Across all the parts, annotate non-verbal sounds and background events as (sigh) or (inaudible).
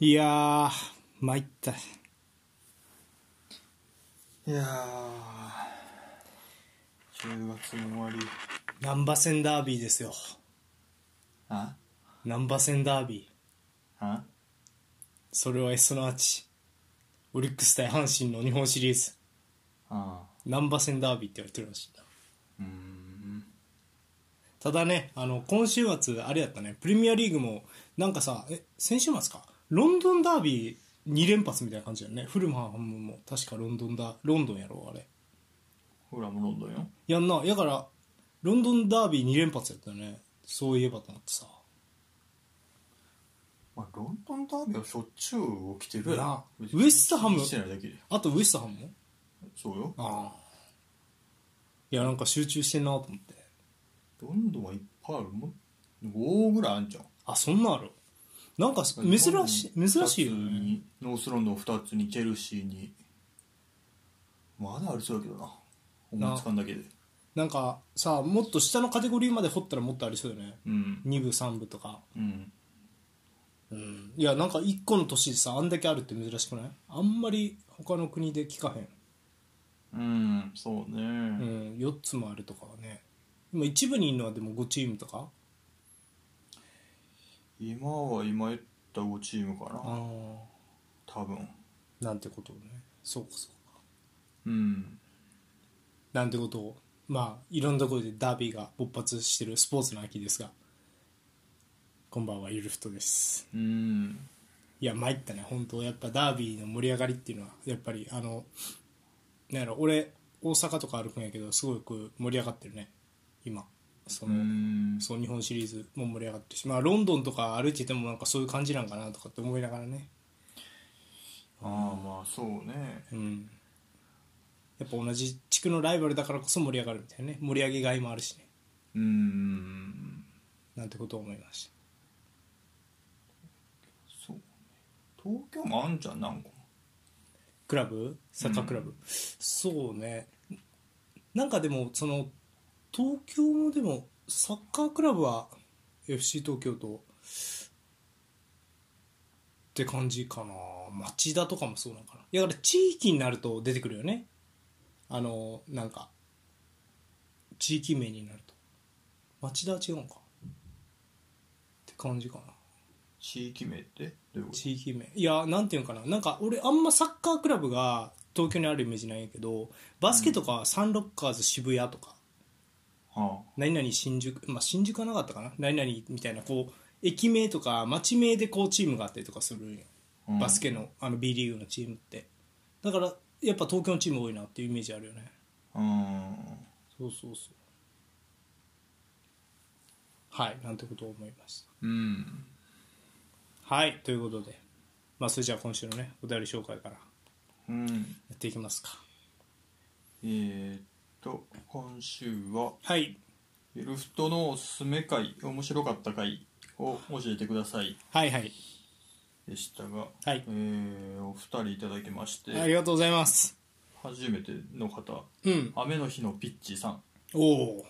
いやー、参った。いやー10月も終わり難波線ダービーですよ。あ難波線ダービー。あそれはすなわち、オリックス対阪神の日本シリーズ、あ難波線ダービーって言われてるらしいな。うーんただね、あの、今週末、あれやったね、プレミアリーグも、なんかさ、え、先週末かロンドンダービー2連発みたいな感じだよね。フルマンも、確かロンドンだ、ロンドンやろ、あれ。ほらもうロンドンよやんな。やから、ロンドンダービー2連発やったよね。そういえばと思ってさ。まあ、ロンドンダービーはしょっちゅう起きてるなウウェストハムしてないだけであと、ウエストハンもそうよああいやなんか集中してんなと思ってロンドンはいっぱいあるもん5ぐらいあんじゃんあそんなんあるなんか珍しい珍しいよロンドンねにノースロンドン2つにチェルシーにまだありそうだけどな思いつかんだけでなんかさもっと下のカテゴリーまで掘ったらもっとありそうよねうん2部3部とかうんうんいやなんか1個の年でさあんだけあるって珍しくないあんまり他の国で聞かへんうんそううんね、4つもあるとかはね今1部にいるのはでも5チームとか今は今言った5チームかなあ多分あなんてことをねそうかそうかうんなんてことをまあいろんなところでダービーが勃発してるスポーツの秋ですがこんばんはゆるふとですうんいや参ったね本当やっぱダービーの盛り上がりっていうのはやっぱりあのなんやろ俺大阪とか歩くんやけどすごく盛り上がってるね今そうの、んそう日本シリーズも盛り上がってるしまあロンドンとか歩いててもなんかそういう感じなんかなとかって思いながらねああまあそうねうんやっぱ同じ地区のライバルだからこそ盛り上がるみたいなね盛り上げがいもあるしねうんなんてことを思いましたそうね東京もあんじゃん何個もクラブサッカークラブ、そうねなんかでもその東京もでもサッカークラブは FC 東京とって感じかな町田とかもそうなのかないやだから地域になると出てくるよねあのなんか地域名になると町田は違うのかって感じかな地域名ってどういうこと地域名いやなんていうのかななんか俺あんまサッカークラブが東京にあるイメージないんやけどバスケとかはサンロッカーズ渋谷とかは何々新宿まあ新宿はなかったかな何々みたいなこう駅名とか町名でこうチームがあったりとかするんやあ、うんバスケのあの B リーグのチームってだからやっぱ東京のチーム多いなっていうイメージあるよねうんそうそうそうはいなんてことを思いましうんたはいということでまあそれじゃあ今週のねお便り紹介からうんやっていきますかえー、っと今週ははいゆるふとのおすすめ回面白かった回を教えてくださいはいはい、でしたが、はいえーお二人いただきまして、ありがとうございます初めての方うん雨の日のピッチさんおお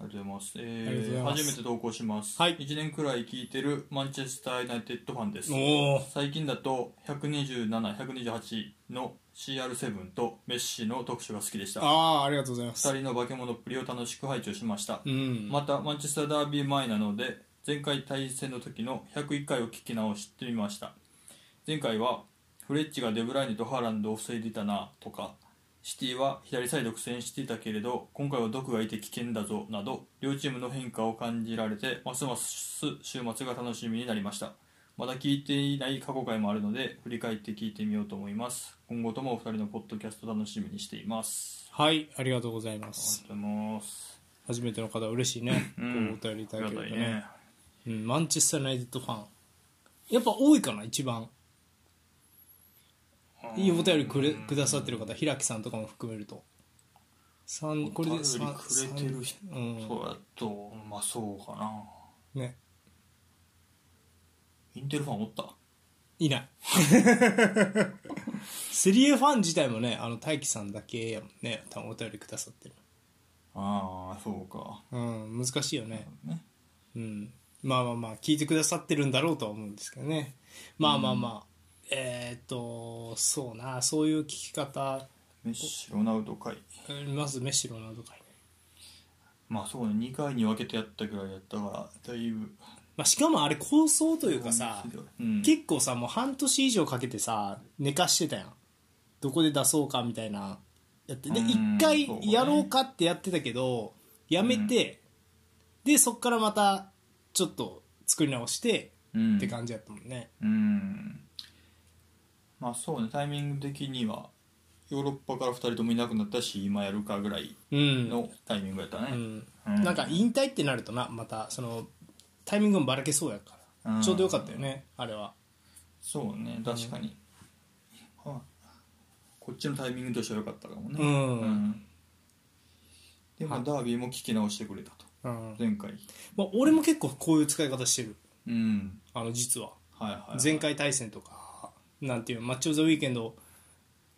ありがとうございます,、えありがとうござーいます初めて投稿します、はい1年くらい聞いてるマンチェスター・ユナイテッドファンですおー最近だと127128の CR7 とメッシの特集が好きでしたああありがとうございま2す人の化け物っぷりを楽しく拝聴しました、うん、またマンチェスターダービー前なので前回対戦の時の101回を聞き直してみました前回はフレッチがデブライネとハーランドを防いでいたなとかシティは左サイド苦戦していたけれど今回は毒がいて危険だぞなど両チームの変化を感じられてますます週末が楽しみになりましたまだ聞いていない過去回もあるので振り返って聞いてみようと思います今後ともお二人のポッドキャスト楽しみにしていますはいありがとうございまあすりがとうございます初めての方嬉しいね、うんこうお便りいあたりだがけたるいとねねうん、マンチェスター・ユナイテッドファンやっぱ多いかな一番いいお便りくれくださってる方平木さんとかも含めると三これでお便り三くれてる人三うんそうやとまあそうかなねインテルファンおったいない (laughs) セリエファン自体もねあの大輝さんだけやもんね多分お便りくださってるああそうかうん難しいよねねうんまあまあまあ聞いてくださってるんだろうとは思うんですけどねまあまあまあ、えーっとそうなそういう聞き方メッシロナウド会うんまずメッシロナウドかいまあそうね2回に分けてやったぐらいやったからだいぶまあ、しかもあれ構想というかさ、うん、結構さもう半年以上かけてさ寝かしてたやんどこで出そうかみたいなやってでうん一そう回ねやろうかってやってたけどやめて、でそっからまたちょっと作り直してうんって感じやったもんね、うんまあそうねタイミング的にはヨーロッパから2人ともいなくなったし今やるかぐらいうんのタイミングやったね、うんうんなんか引退ってなるとなまたそのタイミングもばらけそうやから、うんちょうどよかったよねあれはそうね確かに、はあこっちのタイミングとしては良かったかもねうんでもダービーも聞き直してくれたとうん、前回まあ、俺も結構こういう使い方してるうんあの実ははいはい、はい、前回対戦とかなんていうのマッチ・オブ・ザ・ウィーケンド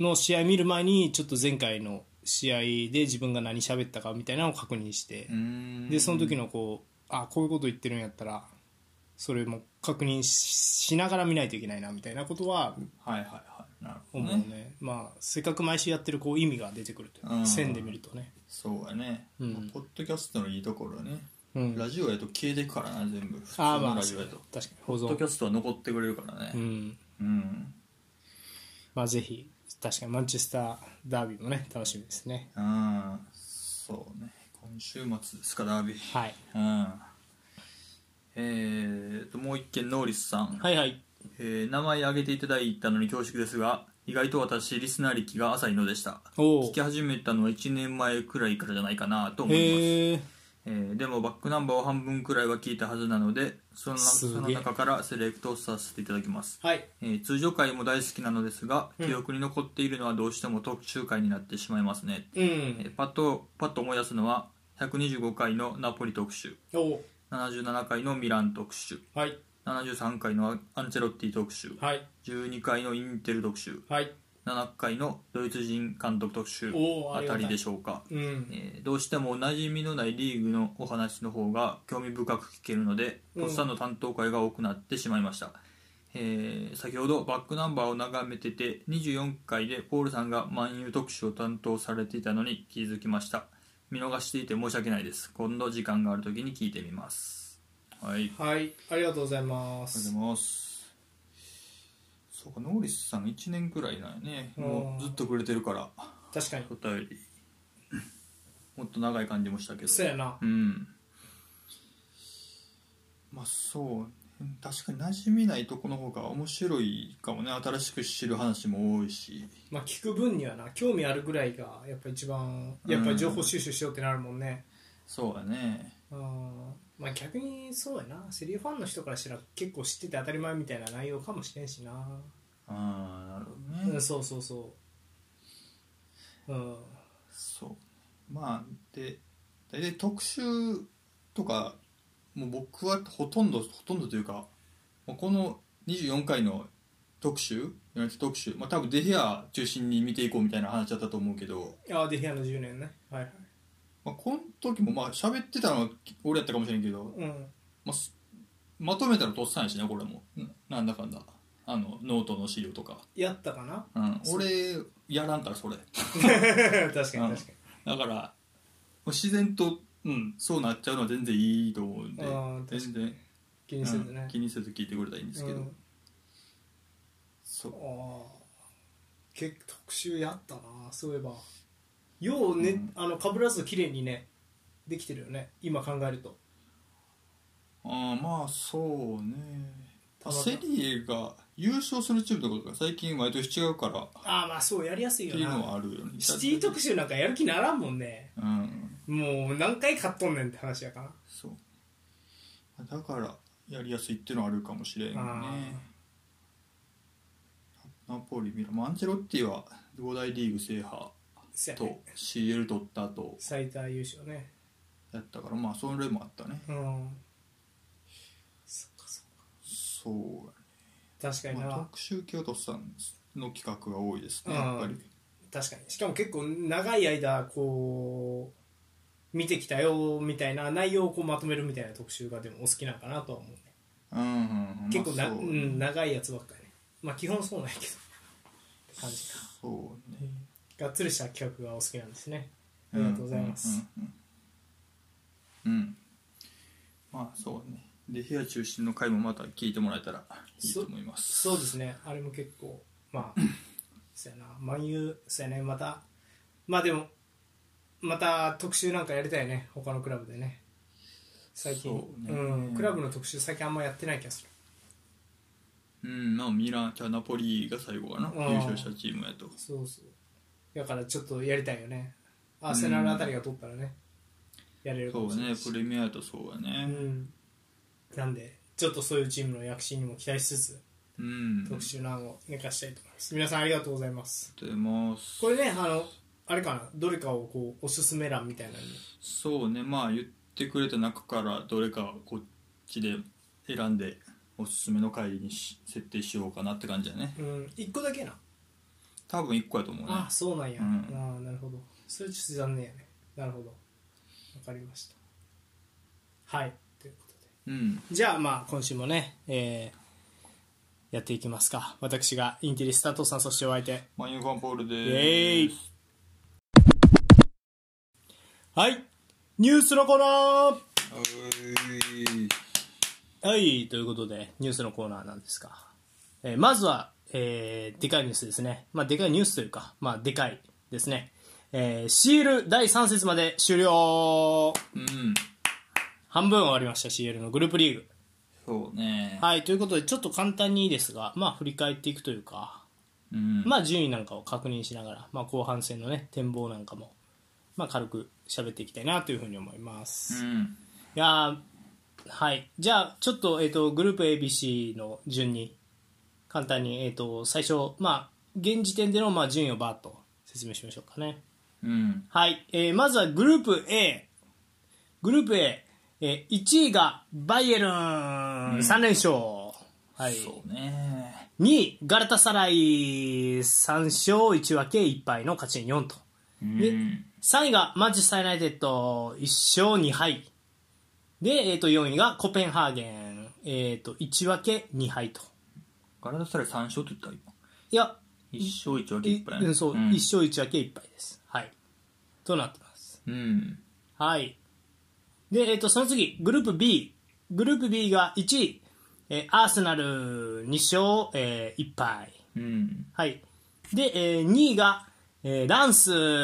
の試合見る前にちょっと前回の試合で自分が何喋ったかみたいなのを確認してうんでその時のこうあこういうこと言ってるんやったらそれも確認ししながら見ないといけないなみたいなことははいはいはいなるほ思どうね、ねまあせっかく毎週やってるこう意味が出てくるというかうん線で見るとねそうやね、うんまあポッドキャストのいいところはね、うんラジオやと消えてくからな全部普通ああのまあラジ確オかやにと保ポッドキ存ャストは残ってくれるからうねんうん、まあぜひ確かにマンチェスターダービーもね楽しみですねああそうね今週末ですかダービーはいうんえー、ともう一件ノーリスさん、はいはいえー名前挙げていただいたのに恐縮ですが意外と私リスナー歴が浅いのでしたおお聞き始めたのは1年前くらいからじゃないかなと思います、へええーでもバックナンバーを半分くらいは聞いたはずなのでそのすそげえの中からセレクトさせていただきます、はいえー通常回も大好きなのですがん記憶に残っているのはどうしても特集回になってしまいますね、うえんーパッとパッと思い出すのは125回のナポリ特集お77回のミラン特集はい73回のアンチェロッティ特集はい12回のインテル特集はい7回のドイツ人監督特集おーあありがたたいりでしょうかうんえーどうしてもおなじみのないリーグのお話の方が興味深く聞けるのでうんとっさの担当会が多くなってしまいました、えー先ほどバックナンバーを眺めてて24回でポールさんが「万有特集」を担当されていたのに気づきました見逃していて申し訳ないです今度時間がある時に聞いてみますはいありがはいありがとうございまとうございすますそうかノーリスさん1年くらいなんやねもあーうずっとくれてるから確かにお便りもっと長い感じもしたけどそうやなうんまあそう確かに馴染みないとこの方が面白いかもね新しく知る話も多いしまあ聞く分にはな興味あるぐらいがやっぱ一番やっぱり情報収集しようってなるもんねそうだねうんまあ逆にそうやなセリーファンの人からしたら結構知ってて当たり前みたいな内容かもしれんしなああなるほどうねんそうそうそううんそうまあで大体特集とかもう僕はほとんどほとんどというかもうこの24回の特集ユナイテッド特集まあ多分デヘア中心に見ていこうみたいな話だったと思うけど、ああデヒアの10年ねはいはいまあ、この時もまあ喋ってたのは俺やったかもしれんけど、うんまあ、すまとめたらとっさんやしねこれもななんだかんだあのノートの資料とか、やったかなうん、俺やらんからそれ (laughs) 確かに確かにだからもう自然と、うん、そうなっちゃうのは全然いいと思うんであー確かに全然気気にせずね気にせず聞いてくれたらいいんですけど、うんそうああ結構特集やったなそういえばようね、うんあの被らず綺麗にねできてるよね今考えるとあーまあそうねただセリエが優勝するチームとかが最近毎年違うからっああまあそうやりやすいてよいうのはなあるよねシティ特集なんかやる気ならんもんねうんもう何回買っとんねんって話やからそうだからやりやすいっていうのはあるかもしれんねナポリミランまあアンチェロッティは5大リーグ制覇せやねと CL 取った後最多優勝ねやったからまあその例もあったねうんそっかそっそか確かう、にな、まあ、特集京都さんの企画が多いですねうんやっぱり確かにしかも結構長い間こう見てきたよみたいな内容をこうまとめるみたいな特集がでもお好きなのかなとは思うねうんうんうん結構まあな、、そううん長いやつばっかりねまあ基本そうなんやけどって感じかそうねがっつりした企画がお好きなんですねありがとうございますうんうんうん、うんまあそうねで部屋中心の回もまた聞いてもらえたらいいと思いますそうですねあれも結構まあそうやな万有そうやねまたまあでもまた特集なんかやりたいね他のクラブでね最近そうねん、クラブの特集最近あんまやってない気がするうんまあミランじゃあナポリが最後かなうん優勝したチームやとそうそうだからちょっとやりたいよねアーセナルあたりが取ったらね、やれるかそもうしれなねいしプレミアとそうやうねん、なんでちょっとそういうチームの躍進にも期待しつつうん特集欄を寝かしたいと思います、皆さんありがとうございますありがとうございますこれねあのあれかなどれかをこうおすすめ欄みたいなのにそうねまあ言ってくれた中からどれかこっちで選んでおすすめの回にし設定しようかなって感じだねうん1個だけな多分1個やと思うねあそうなんや、うんああなるほどそれちょっと残念やねなるほどわかりましたはいということでうんじゃあまあ今週もね、えーやっていきますか私がインテリスタートさんそしてお相手マニュファンポールでイエーーイすはいニュースのコーナーおーいはいということでニュースのコーナーなんですが、えーまずは、えーでかいニュースですねまあでかいニュースというかまあでかいですね、えーシール第3節まで終了うん半分終わりました CL のグループリーグそうねはいということでちょっと簡単にですがまあ振り返っていくというかうんまあ、順位なんかを確認しながら、まあ、後半戦の、ね、展望なんかも、まあ、軽く喋っていきたいなというふうに思いまうす。いんやーはい、じゃあちょっと,、えー、とグループ ABC の順に簡単に、えー、と最初、まあ、現時点での、まあ、順位をバーッと説明しましょうかね。うんはい、えーまずはグループ A。グループ A、えー、1位がバイエルン、3連勝。はい、そうね2位ガラタサライ3勝1分け1敗の勝ち点4とうん3位がマンチェスター・ユナイテッド1勝2敗で、えー、と4位がコペンハーゲン、えー、と1分け2敗とガラダサライ3勝って言った今いや1勝1分けい1敗やうねんそう、ん1勝1分け1敗ですはいとなってますうんはいで、えー、とその次グループ B グループ B が1位、えーアーセナル2勝、え1敗うんはい。で、えー、2位が、えーランス、1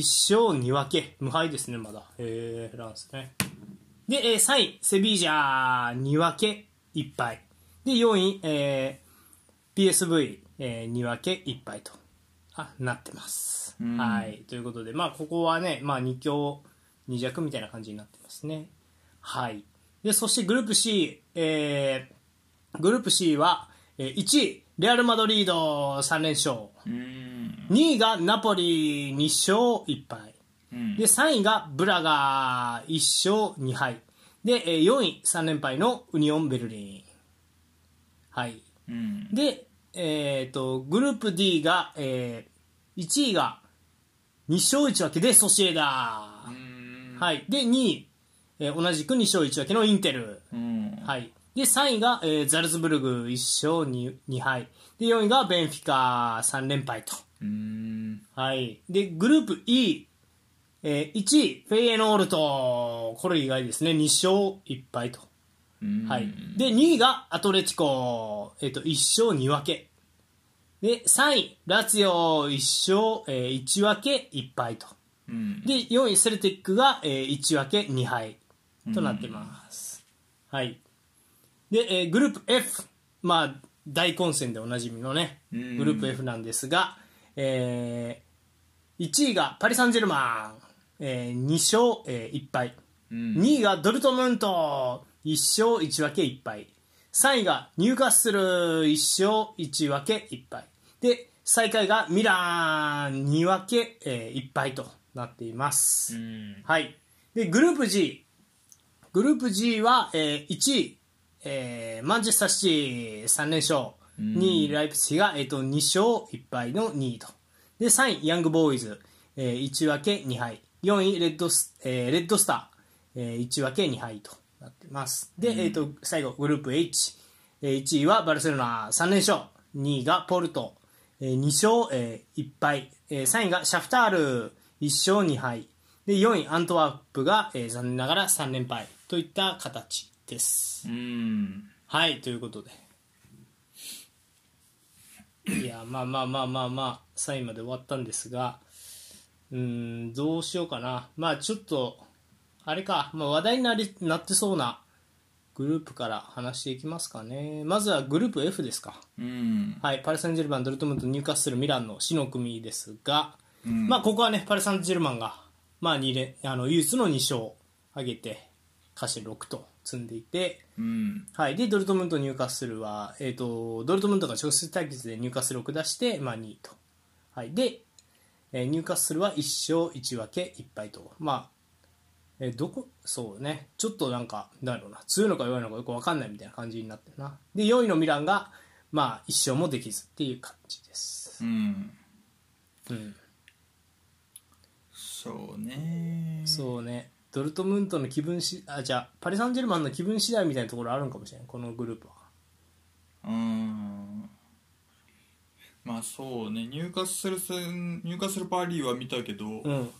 勝2分け。無敗ですね、まだ。えー、ランスね。で、えー、3位、セビージャー、2分け、1敗。で、4位、えー、PSV、えー、2分け、1敗と。あ、なってます。うんはい。ということで、まあ、ここはね、まあ、2強、2弱みたいな感じになってますね。はい。で、そしてグループ C、えー、グループ C は、えー1位、レアル・マドリード3連勝。うん2位がナポリ2勝1敗。うんで、3位がブラガ1勝2敗。で、えー4位3連敗のウニオン・ベルリン。はい。うんで、えっ、と、グループ D が、え1位が2勝1分けでソシエダう。んはい。で、2位、えー同じく2勝1分けのインテル。うんはい、で3位が、えーザルツブルグ1勝 2, 2敗で4位がベンフィカ3連敗と、うんはい、でグループ E1、えー1位フェイエノールトこれ意外ですね2勝1敗と、うんはい、で2位がアトレチコ、えー、と1勝2分けで3位ラツィオ1勝、えー1分け1敗とうんで4位セルティックが、えー1分け2敗となってます、はいで、えーグループ F まあ大混戦でおなじみのねグうんループ F なんですが、え1位がパリ・サンジェルマン、え2勝、え1敗うん2位がドルトムント1勝1分け1敗3位がニューカッスル1勝1分け1敗で最下位がミラン2分け、え1敗となっています、うんはい。で、グループ G。グループ G は、えー1位、えーマンチェスターシティ3連勝。ん2位、ライプツヒが、えー、と2勝1敗の2位と。で、3位、ヤングボーイズ、え1分け2敗。 4位レッドス、えーレッドスター、えー1分け2敗となってますで、えー、と最後グループ H1、えー1位はバルセロナ3連勝2位がポルト、えー2勝、えー1敗、えー3位がシャフタール1勝2敗で4位アントワープが、えー残念ながら3連敗といった形ですうーんはいということでいやまあまあまあまあまあ3位まで終わったんですがうーんどうしようかなまあちょっとあれか、まあ、話題になりなってそうなグループから話していきますかねまずはグループ F ですかうんはいパリ・サンジェルマンドルトムントニューカッスルミランの死の組ですがうんまあ、ここはね、パリ・サンジェルマンが、まあ、二連あの唯一の2勝を挙げて、勝ち6と積んでいて、うんはい、でドルトムント、入荷するは、えー、とドルトムントが直接対決で入荷するを下して、まあ、2位と、はい、で、えー、入荷するは1勝1分け1敗と、まあえーどこそうね、ちょっとなんか、なんだろうな、強いのか弱いのかよく分かんないみたいな感じになってるな、で4位のミランが、まあ、1勝もできずっていう感じです。うんうんそうねそうね、ドルトムントの気分し、あ、じゃあ、パリ・サンジェルマンの気分次第みたいなところあるんかもしれない、このグループは。うーんまあそうね入荷する戦入荷するパリは見たけど、うん、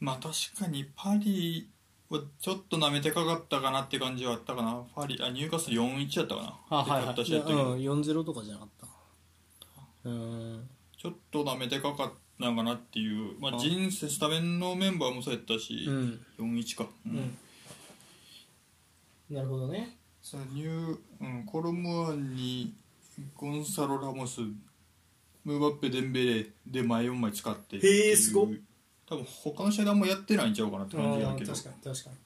まあ確かにパリはちょっとなめてかかったかなって感じはあったかなパリあ入荷する4-1やったかなあ、はい、ではい、勝った試合やったけど、うん、4-0とかじゃなかった。うーん、ちょっとなめてかかったんかなっていう、まああ、人生スタメンのメンバーもそうやったし、うん、 4-1か、ううんん。なるほどね。さあニュー、うん、コロムアンにゴンサロ・ラモスムーバッペ・デンベレで前4枚使ってってへいえうすごっ多分他の試合であんまやってないんちゃうかなって感じやけどっに、確かに。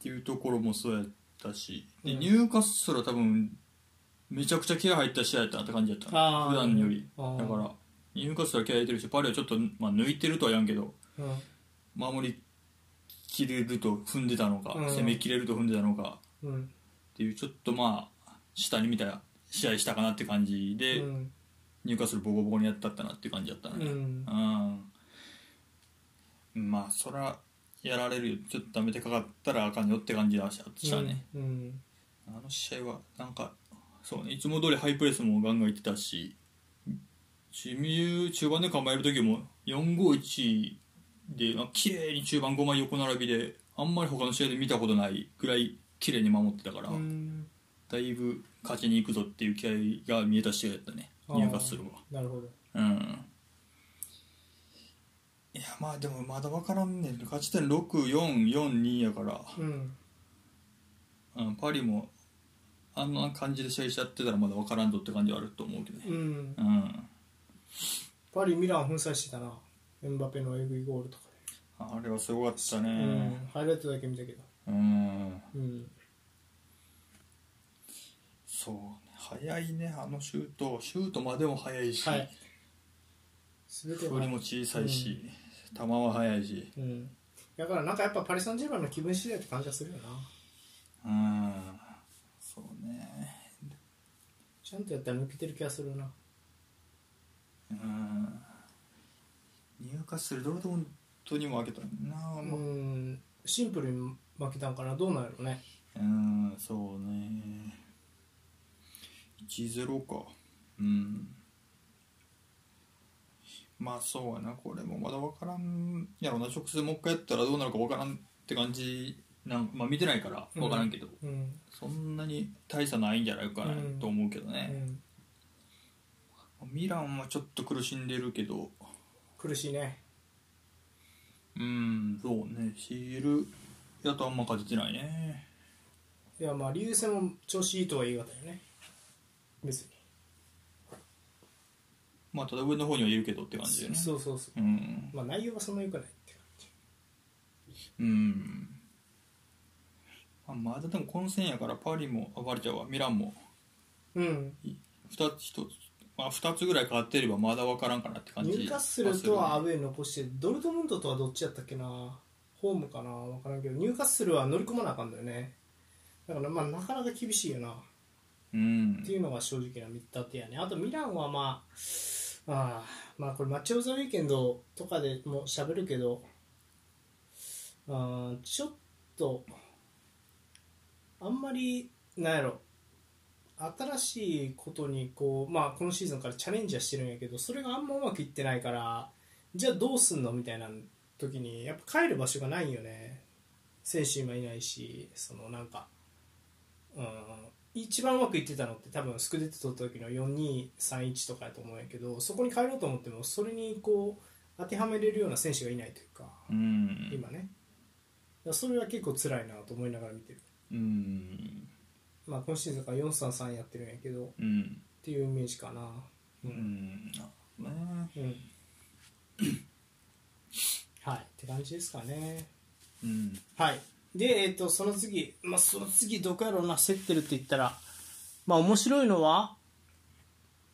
ていうところもそうやったしで、うんニューカッスルは多分めちゃくちゃ気合入った試合やったなって感じやったあーな普段よりあーだからニューカッスルは気合入ってるしパリはちょっと、まあ、抜いてるとはやんけどうん、守りきれると踏んでたのか、うん攻めきれると踏んでたのかうん、っていうちょっとまあ下に見た試合したかなって感じうで、ん、入荷するボコボコにやったったなっていう感じだったうねん、うんまあそらやられるよちょっとダメてかかったらあかんよって感じだしたね、うん、あの試合はなんかそうねいつも通りハイプレスもガンガンいってたしチミュ中盤で構える時も451でまあ綺麗に中盤5枚横並びであんまり他の試合で見たことないぐらい綺麗に守ってたから、うん、だいぶ勝ちに行くぞっていう気合が見えた試合だったねあー入荷するはなるほど。うんいやまあでもまだ分からんねん勝ち点6442やから、うん、うん、パリもあんな感じで試合しちゃってたらまだ分からんぞって感じはあると思うけどねん、うんパリ・ミラン粉砕してたな、エンバペのエグいゴールとかあれはすごかったで。ね、ハイライトだけ見たけど。うんうん、そうね早いねあのシュートシュートまでも早いし、はい。すべて振がりも小さいし、球は速いしうん、だからなんかやっぱパリ・サンジェルマンの気分次第って感じがするよなうんそうねちゃんとやったら抜けてる気がするなうん入荷するドルトムントにも負けたなうまあんシンプルに負けたんかなどうなんやろうねうんそうね1-0かうんまあそうやなこれもまだ分からんやろな直接もう一回やったらどうなるか分からんって感じなんまあ見てないから分からんけど、うん、そんなに大差ないんじゃないかなうんと思うけどうね、ん、ミランはちょっと苦しんでるけど苦しいねうんそうねシールやとあんま勝ててないねいやまあリー戦も調子いいとは言い難いよね別にまあただ上の方にはいるけどって感じでねそうそうそううんまあ内容はそんな良くないって感じうん、まあ、まだでも混戦やからパリもあパリちゃうわミランもうん2つ1つまあ2つぐらい変わってればまだ分からんかなって感じ入荷するとはアはウェー残してドルトムントとはどっちやったっけなホームかな分からんけど入荷するは乗り込まなあかんだよねだからまあなかなか厳しいよなうっんていうのが正直な見立てやねあとミランはまああーまあこれマッチオブザウィーケンドとかでも喋るけどうんちょっとあんまりなんやろ新しいことにこうまあこのシーズンからチャレンジはしてるんやけどそれがあんまうまくいってないからじゃあどうすんのみたいな時にやっぱ帰る場所がないんよね選手今いないしそのなんかうん一番うまくいってたのって多分スクデット取った時の4231とかやと思うんやけどそこに帰ろうと思ってもそれにこう当てはめれるような選手がいないというかうん今ねだからそれは結構辛いなと思いながら見てるうんまあ今シーズンから433やってるんやけどっうんていうイメージかなう、うんんなるほどねうん、 (coughs) はいって感じですかねうんはいでえっ、とその次まあその次どこやろうな競ってるって言ったらまあ面白いのは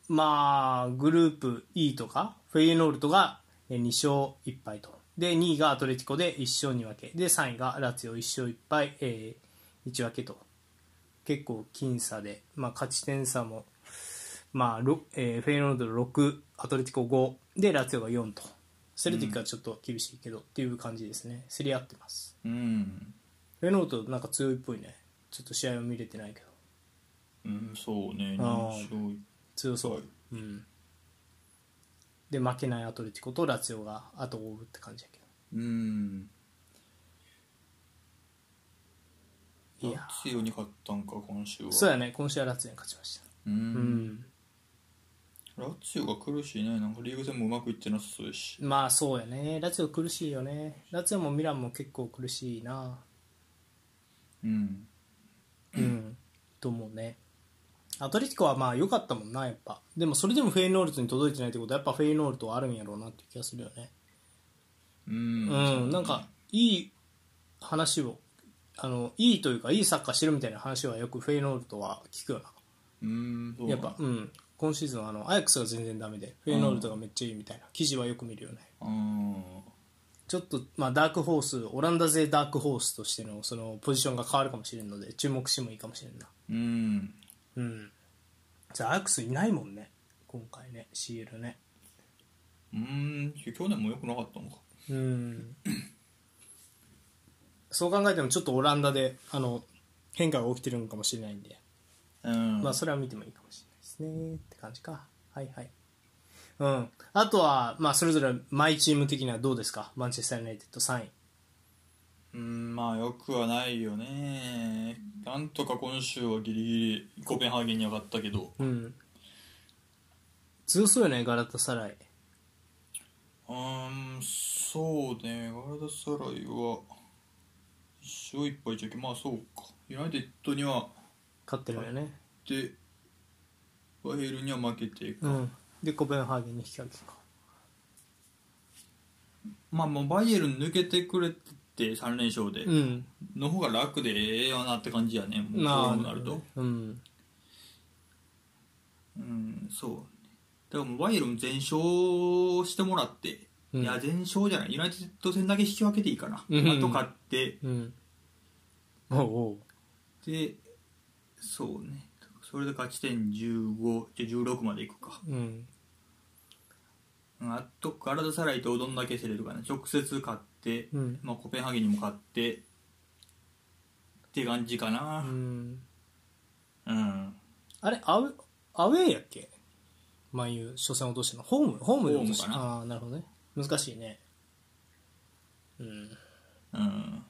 まあグループ E とかフェイエノールトがえー2勝1敗とで2位がアトレティコで1勝2分けで3位がラツィオ1勝1敗、えー1分けと結構僅差で、まあ、勝ち点差も、まあろえーフェイエノールト6アトレティコ5でラツィオが4とセルティックはちょっと厳しいけど、っていう感じですね競り合ってますうんフェノートなんか強いっぽいねちょっと試合は見れてないけどうんそうねあー印象強そう、はいうんで負けないアトレティコとラツィオが後を追うって感じやけうんどいラやツィオに勝ったんか今週はそうやね今週はラツィオに勝ちましたううんん、ラツィオが苦しいねなんかリーグ戦もうまくいってなさそうやしまあそうやねラツィオ苦しいよねラツィオもミランも結構苦しいなうんうんと思うねアトレティコはまあ良かったもんなやっぱでもそれでもフェイノールトに届いてないってことはやっぱフェイノールトはあるんやろうなって気がするよねうんうん、なんかいい話をあのいいというかいいサッカーしてるみたいな話はよくフェイノールトは聞くよなうんそうやっぱ、うん、今シーズンはあのアヤックスが全然ダメでフェイノールトがめっちゃいいみたいな記事はよく見るよねうんちょっと、まあ、ダークホースオランダ勢ダークホースとしてのそのポジションが変わるかもしれんので注目してもいいかもしれんなうんうんじゃあアヤックスいないもんね今回ね CL ねうん去年も良くなかったのかうんそう考えてもちょっとオランダであの変化が起きてるのかもしれないんでうんまあそれは見てもいいかもしれないですねって感じかはいはいうんあとはまあそれぞれマイチーム的にはどうですかマンチェスター・ユナイテッド3位うんまあよくはないよねなんとか今週はギリギリコペンハーゲンに上がったけどうん強そうよねガラタサライうんそうねガラダサライは一勝一敗じゃけまあそうかユナイテッドには勝ってるよねでバヘルには負けてうんでコペンハーゲンに引き分けかまあもうバイエルン抜けてくれて3連勝で、うんの方が楽でええよなって感じやねもうまこあうなると、うんうんそうだからもうバイエルン全勝してもらって、うんいや全勝じゃないユナイテッド戦だけ引き分けていいかな、うんあと勝ってうんおうおうでそうねそれで勝ち点15じゃあ16までいくかうんうんあとガラダサライとどんだけ競れるかな直接勝って、うんまあ、コペンハーゲンにも勝ってって感じかうな、んうんあれアウアウェーやっけ前言う初戦落としたのホームホームで落としたホームかああーなるほどね難しいねうんうん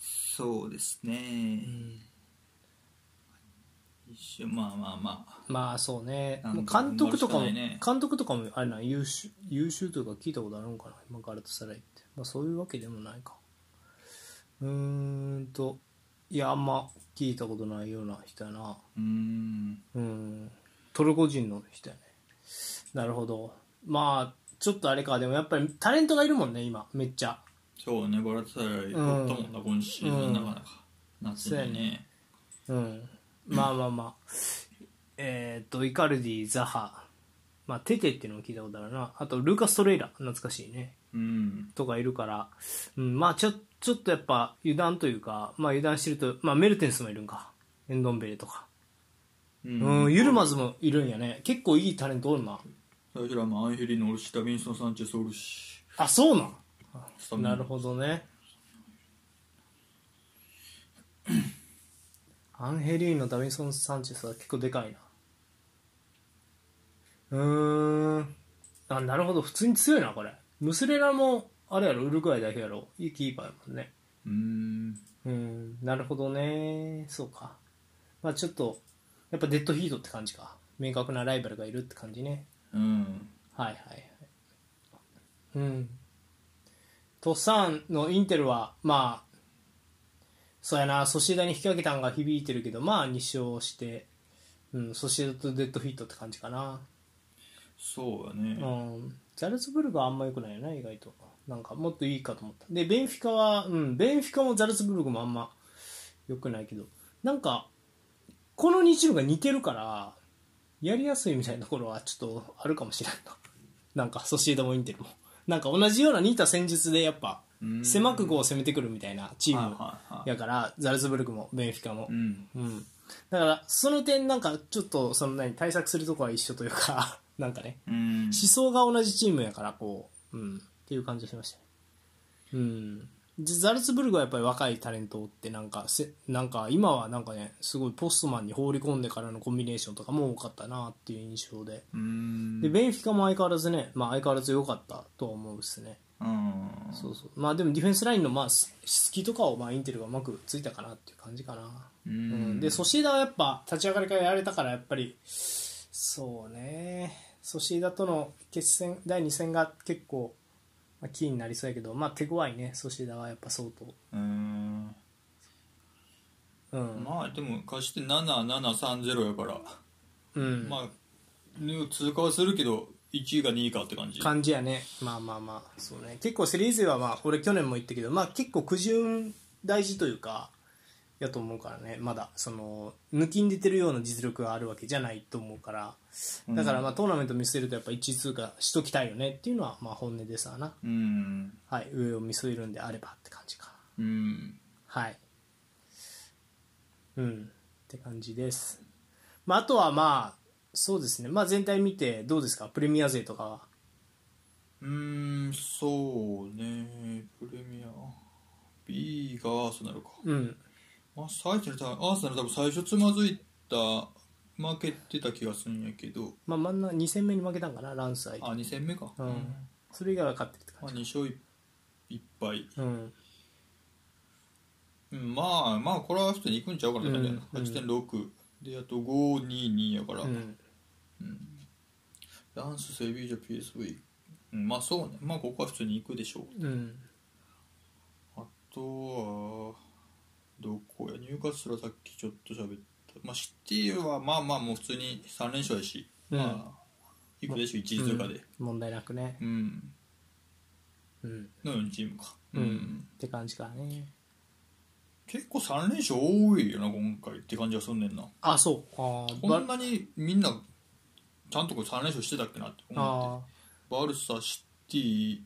そうですね、一緒まあまあまあまあそうねなんか監督とかも、頑張るしかないね監督とかもあれな優秀優秀というか聞いたことあるのかな今ガラタサライって、まあ、そういうわけでもないかうーんといやあんま聞いたことないような人やなうんうんトルコ人の人やねなるほどまあちょっとあれかでもやっぱりタレントがいるもんね今めっちゃそうねバラタライ取ったもんな、今シーズン、うんなかなか夏にねうん、まあまあまあ、えっと、イカルディ、ザハ、まあ、テテっていうのも聞いたことあるな、あと、ルーカス・トレイラ、懐かしいね、うんとかいるから、うん、まあちょ、ちょっとやっぱ油断というか、まあ油断してると、まあメルテンスもいるんか、エンドンベレとか、ううん、んユルマズもいるんやね、結構いいタレントおるな。最初らもアンヘリのおるしダビンソン・サンチェスおるしあ、そうなんス務めなるほどね (clears throat) アンヘリーノ・ダビンソン・サンチェスは結構でかいなうーんあなるほど普通に強いなこれムスレラもあれやろウルグアイだけやろいいキーパーやもんねうーんうんなるほどねそうかまあちょっとやっぱデッドヒートって感じか明確なライバルがいるって感じねうんはいはいはいうんトッサンのインテルはまあそうやなソシエダに引き分けたんが響いてるけどまあ2勝して、うん、ソシエダとデッドヒートって感じかなそうやねうんザルツブルクはあんま良くないよね意外となんかもっといいかと思ったでベンフィカはうんベンフィカもザルツブルクもあんま良くないけどなんかこの2チームが似てるからやりやすいみたいなところはちょっとあるかもしれんな (laughs) なんかソシエダもインテルもなんか同じような似た戦術でやっぱうん狭くこう攻めてくるみたいなチーはいムはいはいやからザルツブルクもベンフィカもうんうん、だからその点なんかちょっとその何対策するとこは一緒というか (laughs) なんかねうん思想が同じチームやからこう、うん、っていう感じがしましたねうんでザルツブルクはやっぱり若いタレントってなんかせなんか今はなんかねすごいポストマンに放り込んでからのコンビネーションとかも多かったなっていう印象でうんでベンフィカも相変わらずね、まあ、相変わらず良かったとは思うですねうんそうそうまあでもディフェンスラインのまあす隙とかをまあインテルがうまくついたかなっていう感じかなううんんでソシエダはやっぱ立ち上がりからやられたからやっぱりそうねソシエダとの決戦第2戦が結構、まあ、キーになりそうやけど、まあ、手強いねソシエダはやっぱ相うん当うん、まあでも貸して7730やからうんまあ通過はするけど1位が2位かって感じ感じやねまあまあまあそうね結構セリーズはまあ俺去年も言ったけど、まあ、結構苦順大事というかやと思うからねまだその抜きん出てるような実力があるわけじゃないと思うからだからまあトーナメント見据えるとやっぱ1位通過しときたいよねっていうのはまあ本音ですわなうんはい、上を見据えるんであればって感じかなうんはいうんって感じです、まあ、あとはまあそうですね、まあ、全体見てどうですかプレミア勢とかはうーんそうねプレミア B がアーセナルか、うんまあ、最初にアーセナル多分最初つまずいた負けてた気がするんやけどまあ真ん中2戦目に負けたんかなランス相手あ2戦目か、うんまそれ以外は勝ってるってあ、感2勝1敗、じうんうん、まあまあこれは普通に行くんちゃうかな、うん8.6であと522やから、うんランスセビージャ PSV、うん、まあそうねまあここは普通に行くでしょううんあとはどこやニューカッスルはさっきちょっと喋った、まあ、シティはまあまあもう普通に3連勝やし、うんまあ行くでしょ1位通過で問題なくねうん、うんの4チームかうんって感じかね結構3連勝多いよな今回って感じはすんねんなあそうあーこんなにみんなちゃんとこれ3連勝してたっけなって思ってあバルサシティ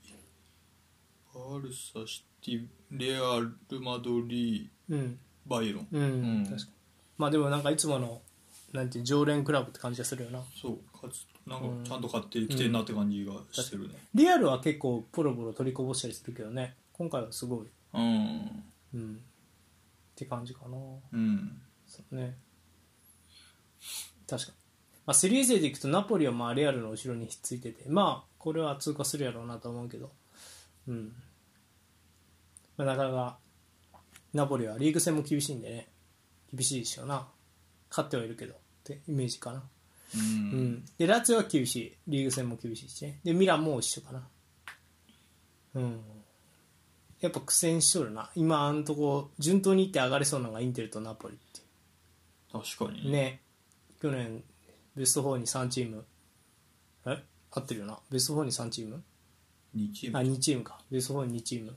バルサシティレアル・マドリーーうんバイロンうん、うん確かにまあでもなんかいつものなんていう常連クラブって感じがするよなそう勝つなんかちゃんと勝ってきてるなって感じがしてるねリアルは結構ポロポロ取りこぼしたりするけどね今回はすごい、うんうん、って感じかなうんそうね確かに、まあ、セリエ勢でいくとナポリはまあレアルの後ろにひっついててまあこれは通過するやろうなと思うけど、うんまあ、なかなかナポリはリーグ戦も厳しいんでね厳しいでしょうな勝ってはいるけどってイメージかなううんん、でラツィオは厳しいリーグ戦も厳しいしねでミランも一緒かなうんやっぱ苦戦しとるな今あのとこ順当にいって上がれそうなのがインテルとナポリってい確うかにね去年ベスト4に3チームえ合ってるよなベスト4に3チーム2チーあム2チームかベスト4に2チーム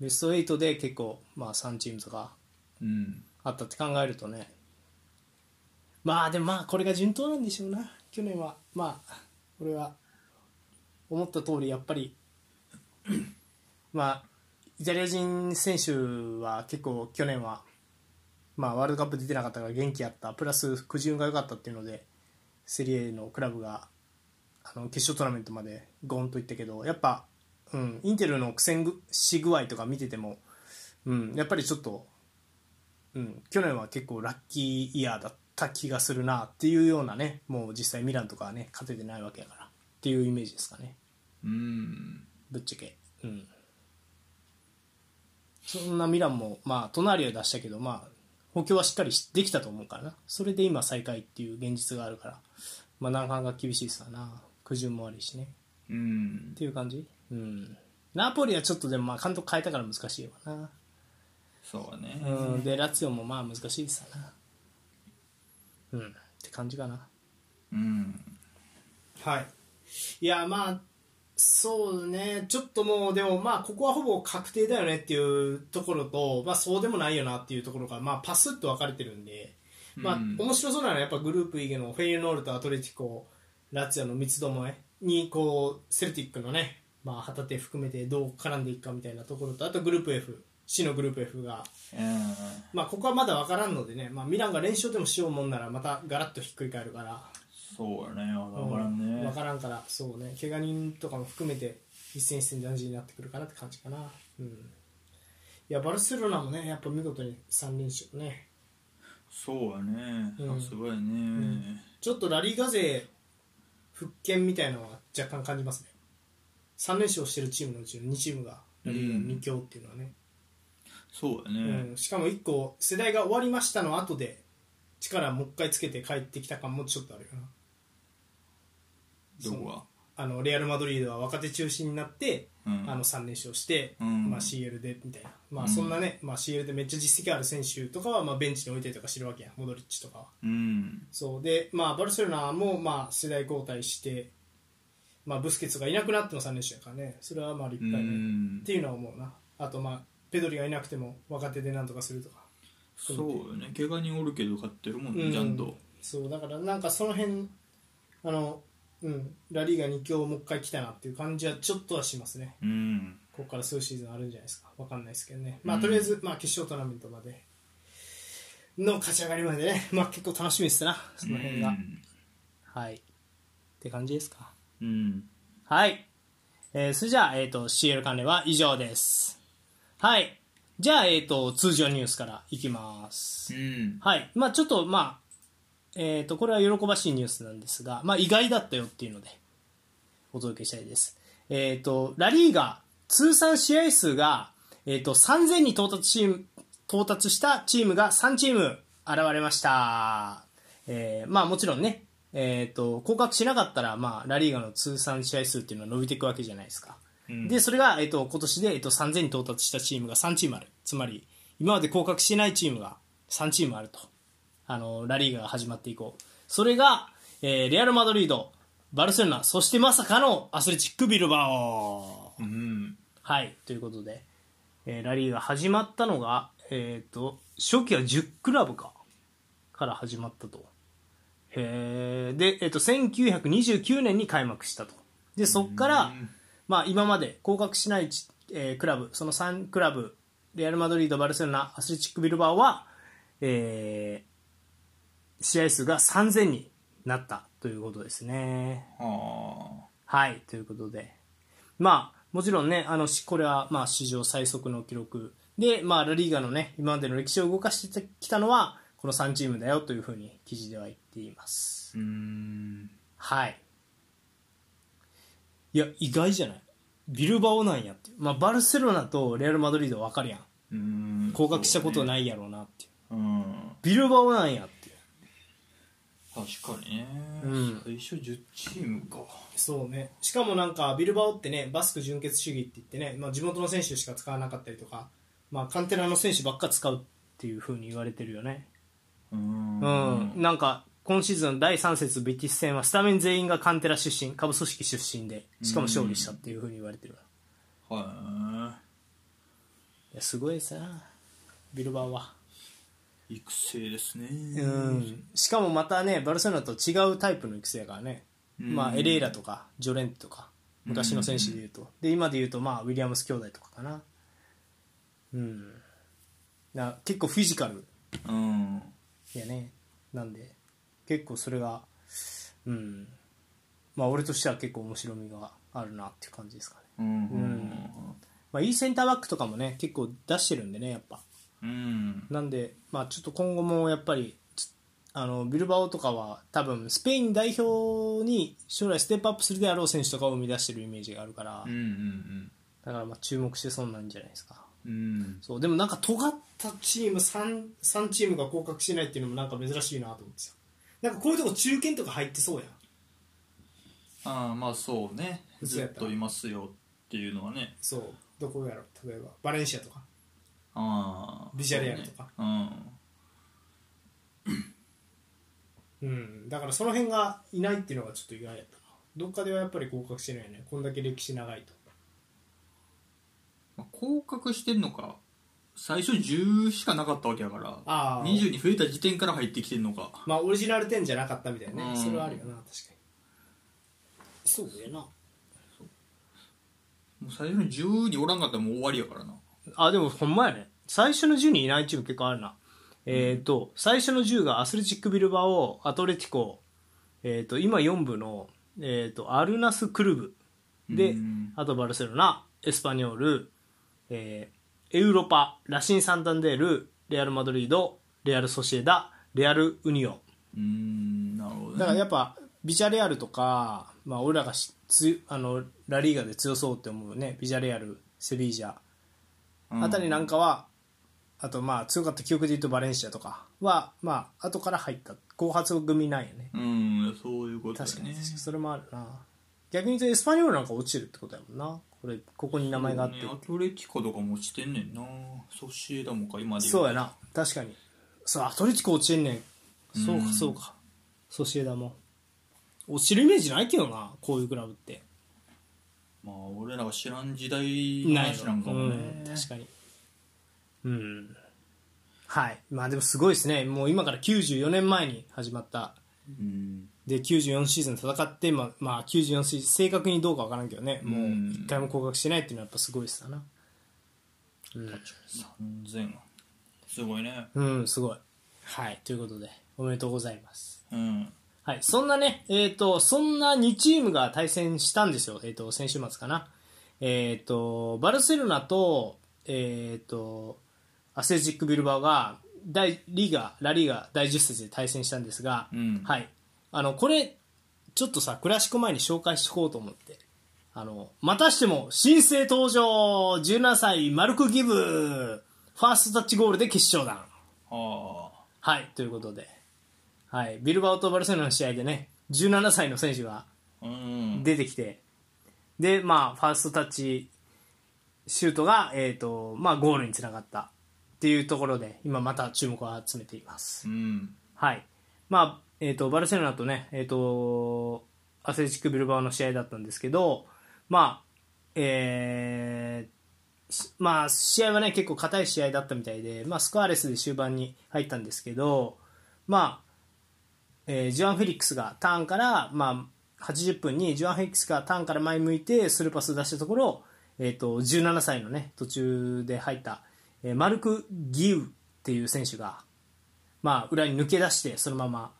ベスト8で結構まあ3チームとかうんあったって考えるとねまあでもまあこれが順当なんでしょうな去年はまあ俺は思った通りやっぱりまあイタリア人選手は結構去年はまあワールドカップ出てなかったから元気あったプラス苦渋が良かったっていうのでセリエのクラブがあの決勝トーナメントまでゴンといったけどやっぱうん、インテルの苦戦ぐし具合とか見てても、うん、やっぱりちょっと、うん、去年は結構ラッキーイヤーだった気がするなっていうようなねもう実際ミランとかはね勝ててないわけやからっていうイメージですかねうんぶっちゃけ、うん、そんなミランもまあ隣は出したけどまあ補強はしっかりしできたと思うからなそれで今最下位っていう現実があるからまあなかなか厳しいですわな苦渋も悪いしねうんっていう感じうんナポリはちょっとでもまあ監督変えたから難しいわなそうだねうんでラツィオもまあ難しいですわなうんって感じかなうんはいいやまあそうねちょっともうでもまあここはほぼ確定だよねっていうところと、まあ、そうでもないよなっていうところが、まあ、パスッと分かれてるんで、まあ、うん面白そうなのはやっぱグループ以外のフェイユノールとアトレティコラツィオの三つどもえにこうセルティックのね、まあ、旗手含めてどう絡んでいくかみたいなところとあとグループ F 死のグループ F がうんまあ、ここはまだ分からんのでね、まあ、ミランが連勝でもしようもんならまたガラッとひっくり返るからそうだねわからんね分からんからそうね怪我人とかも含めて一戦一戦大事になってくるかなって感じかな、うん、いやバルセロナもねやっぱ見事に3連勝ねそうだねうんさすがやね、ちょっとラリーガ勢復権みたいなのは若干感じますね3連勝してるチームのうちの2チームがラリーガ2強っていうのはね、そうだね、うん、しかも1個世代が終わりましたの後で力もう一回つけて帰ってきた感もちょっとあるよなどこあのレアル・マドリードは若手中心になって、がうんあの3連勝して、うんまあ、CL でみたいな、まうあ、んそんなね、まあ、CL でめっちゃ実績ある選手とかは、まあ、ベンチに置いたりとかしてるわけやモドリッチとかはうんそうで、まあ、バルセロナも、まあ、世代交代して、まあ、ブスケツがいなくなっての3連勝やからねそれはまあ立うん、派やね、っていうのは思うなあと、まあ、ペドリがいなくても若手でなんとかするとかそうよね怪我人おるけど勝ってるもんね、うんちゃんとそうだからなんかその辺あのうんラリーが2強もう一回来たなっていう感じはちょっとはしますねうんここから数シーズンあるんじゃないですか、わかんないですけどね、まあ、うんとりあえず、まあ、決勝トーナメントまでの勝ち上がりまでね、まあ、結構楽しみですな、その辺が。はいって感じですか。うんはい、えーそれじゃあ、えー、と CL 関連は以上です。はい、じゃあ、えー、と通常ニュースからいきます。うんはい、まあちょっとまあ、えー、とこれは喜ばしいニュースなんですが、まあ、意外だったよっていうのでお届けしたいです。えー、とラリーが通算試合数が、えー、と3000に到達チーム到達したチームが3チーム現れました。えーまあもちろんね、えー、と降格しなかったら、まあ、ラリーガの通算試合数っていうのは伸びていくわけじゃないですか。うんでそれが、えっと今年で、えっと3000に到達したチームが3チームあるつまり今まで降格してないチームが3チームあるとあのラリーガが始まって以降それが、えーレアル・マドリードバルセロナそしてまさかのアスレチック・ビルバオうんはいということで、えーラリーが始まったのが、えっと初期は10クラブかから始まったとへーで、えっと1929年に開幕したとでそっから、まあ、今まで降格しないち、えークラブその3クラブレアル・マドリード、バルセロナアスレチック・ビルバオは、えー試合数が3000になったということですね。はあはいということで、まあ、もちろんねあのしこれはまあ史上最速の記録で、まあ、ラ・リーガの、ね、今までの歴史を動かしてきたのはこの3チームだよというふうに記事では言っています。うんはいいや意外じゃないビルバオなんやってまあ、バルセロナとレアル・マドリードは分かるやんうん降格したこといないやろうなっていううんビルバオなんやっていう確かにね、うん最初10チームかそうねしかもなんかビルバオってねバスク純血主義って言ってね、まあ、地元の選手しか使わなかったりとか、まあ、カンテナの選手ばっか使うっていうふうに言われてるよねうんうん、なんか今シーズン第3節ベティス戦はスタメン全員がカンテラ出身下部組織出身でしかも勝利したっていうふうに言われてるわはいやすごいさビルバオは。い育成ですねうん、しかもまたねバルセロナと違うタイプの育成やからね、うんまあ、エレイラとかジョレンテとか昔の選手でいうと、で今でいうと、まあ、ウィリアムス兄弟とかかな,、うん、な結構フィジカルうんやねなんで結構それが、うんまあ、俺としては結構面白みがあるなっていう感じですかねうんうんまあ、いいセンターバックとかもね結構出してるんでねやっぱうんうんなんで、まあ、ちょっと今後もやっぱりつあのビルバオとかは多分スペイン代表に将来ステップアップするであろう選手とかを生み出してるイメージがあるから、うんうんだからまあ注目してそうなんじゃないですかうんそうでもなんか尖ったチーム 3, 3チームが降格しないっていうのもなんか珍しいなと思ってさなんかこういうとこ中堅とか入ってそうやんああまあそうね嘘ずやっったといますよっていうのはねそうどこやろ例えばバレンシアとかああビジャレアルとかそうねうんだからその辺がいないっていうのがちょっと意外やったなどっかではやっぱり合格してないよねこんだけ歴史長いとうん、まあ、降格してんのか最初10しかなかったわけやからああ20に増えた時点から入ってきてんのかまあオリジナル10じゃなかったみたいなね、うんそれはあるよな確かにそうだよなもう最初の10におらんかったらもう終わりやからなあでもほんまやね最初の10にいないチーム結構あるなえっ、と最初の10がアスレチックビルバオアトレティコ、えー、と今4部の、えー、とアルナスクルブで、うんあとバルセロナエスパニョール、えーエウロパラシン・サンタンデールレアル・マドリードレアル・ソシエダレアル・ウニオンうーんなるほどねだからやっぱビジャレアルとか、まあ、俺らがしつあのラリーガで強そうって思うねビジャレアルセビージャあたりなんかは、あとまあ強かった記憶で言うとバレンシアとかはまあ後から入った後発組なんよねうん、うん、そういうことだ確かよにね確かにそれもあるな逆に言うとエスパニョールなんか落ちてるってことやもんなこれここに名前があってそうねアトレティコとかもしてんねんなソシエダもか今で言そうやな確かにそうアトレティコ落ちてんねんそううかんそうかソシエダも落ちるイメージないけどなこういうクラブってまあ俺らが知らん時代のない話なんかもね、うん確かにうんはいまあでもすごいですねもう今から94年前に始まったうんで94シーズン戦って、まあまあ、94シーズン正確にどうかわからんけどねもううん一回も降格してないっていうのはやっぱすごいですだな3000すごいねうんすごいはいということでおめでとうございますうんはい、そんなね、えー、とそんな2チームが対戦したんですよ、えー、と先週末かな、えー、とバルセロナと,、えー、とアスレチック・ビルバオが大リーガラリーガ第10節で対戦したんですが、うんはい、あのこれ、ちょっとさクラシック前に紹介していこうと思ってあのまたしても新星登場17歳マルク・ギブファーストタッチゴールで決勝弾。ああはい、ということで、はい、ビルバオとバルセロナの試合でね、17歳の選手がうん出てきて、で、まあ、ファーストタッチシュートが、えーとまあ、ゴールにつながったっていうところで、今また注目を集めています。うんはいまあえー、とバルセロナとね、えー、とアスレチック・ビルバオの試合だったんですけど、まあえーしまあ、試合はね結構硬い試合だったみたいで、まあ、スコアレスで終盤に入ったんですけど、まあえージョアン・フェリックスがターンから、まあ、80分にジョアン・フェリックスがターンから前向いてスルーパスを出したところ、えー、と17歳の、ね、途中で入った、えーマルク・ギウっていう選手が、まあ、裏に抜け出してそのまま、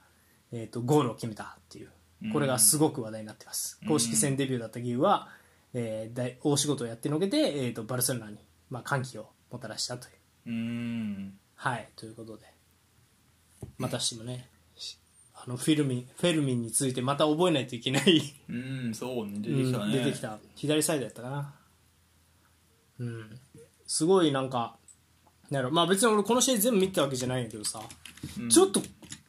えー、とゴールを決めたっていうこれがすごく話題になってます、公式戦デビューだったギウは、えー大大仕事をやってのけて、えー、とバルセロナに、まあ、歓喜をもたらしたという。うんはい、ということで、またしてもね、しあのフィルミン、フェルミンについてまた覚えないといけない、うんそうね出うてんきたね出てきた、左サイドやったかな。うん、すごいなんか、なんやろまあ別に俺この試合全部見てたわけじゃないんやけどさ、うんちょっと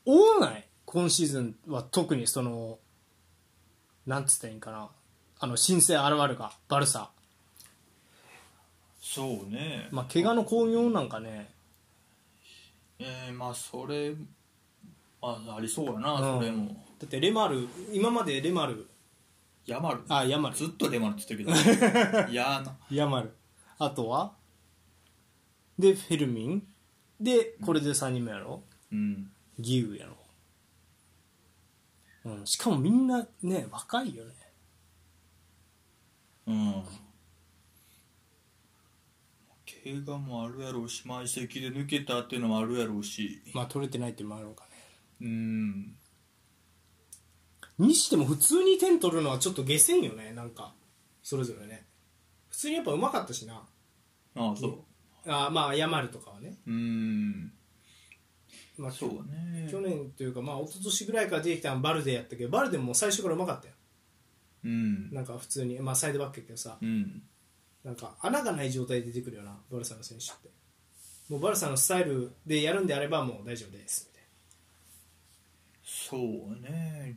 多ない今シーズンは特にその、なんつったらいいんかな、あの、新生現るか、バルサ。そうねまあ怪我の巧妙なんかね、えー、まあそれあありそうやな、うんそれもだってレマル、今までレマル、ヤマルあ、ヤマルずっとレマルって言ってるけ (laughs) どいやーなヤマルあとはでフェルミンでこれで3人目やろうんギウやろ、うん、しかもみんなね若いよねうん怪我もあるやろうし、まあ、移籍で抜けたっていうのもあるやろうし、まあ取れてないっていうのもあるのかねうん、にしても普通に点取るのはちょっと下せんよねなんかそれぞれね普通にやっぱうまかったしなああそあまあヤマルとかはね、ううーんまあ、そうね去年というかまあ一昨年ぐらいから出てきたのはバルデやったけどバルデも最初からうまかったようんなんか普通に、まあ、サイドバックやけどさうんなんか穴がない状態で出てくるよなバルサの選手ってもうバルサのスタイルでやるんであればもう大丈夫ですみたいそうね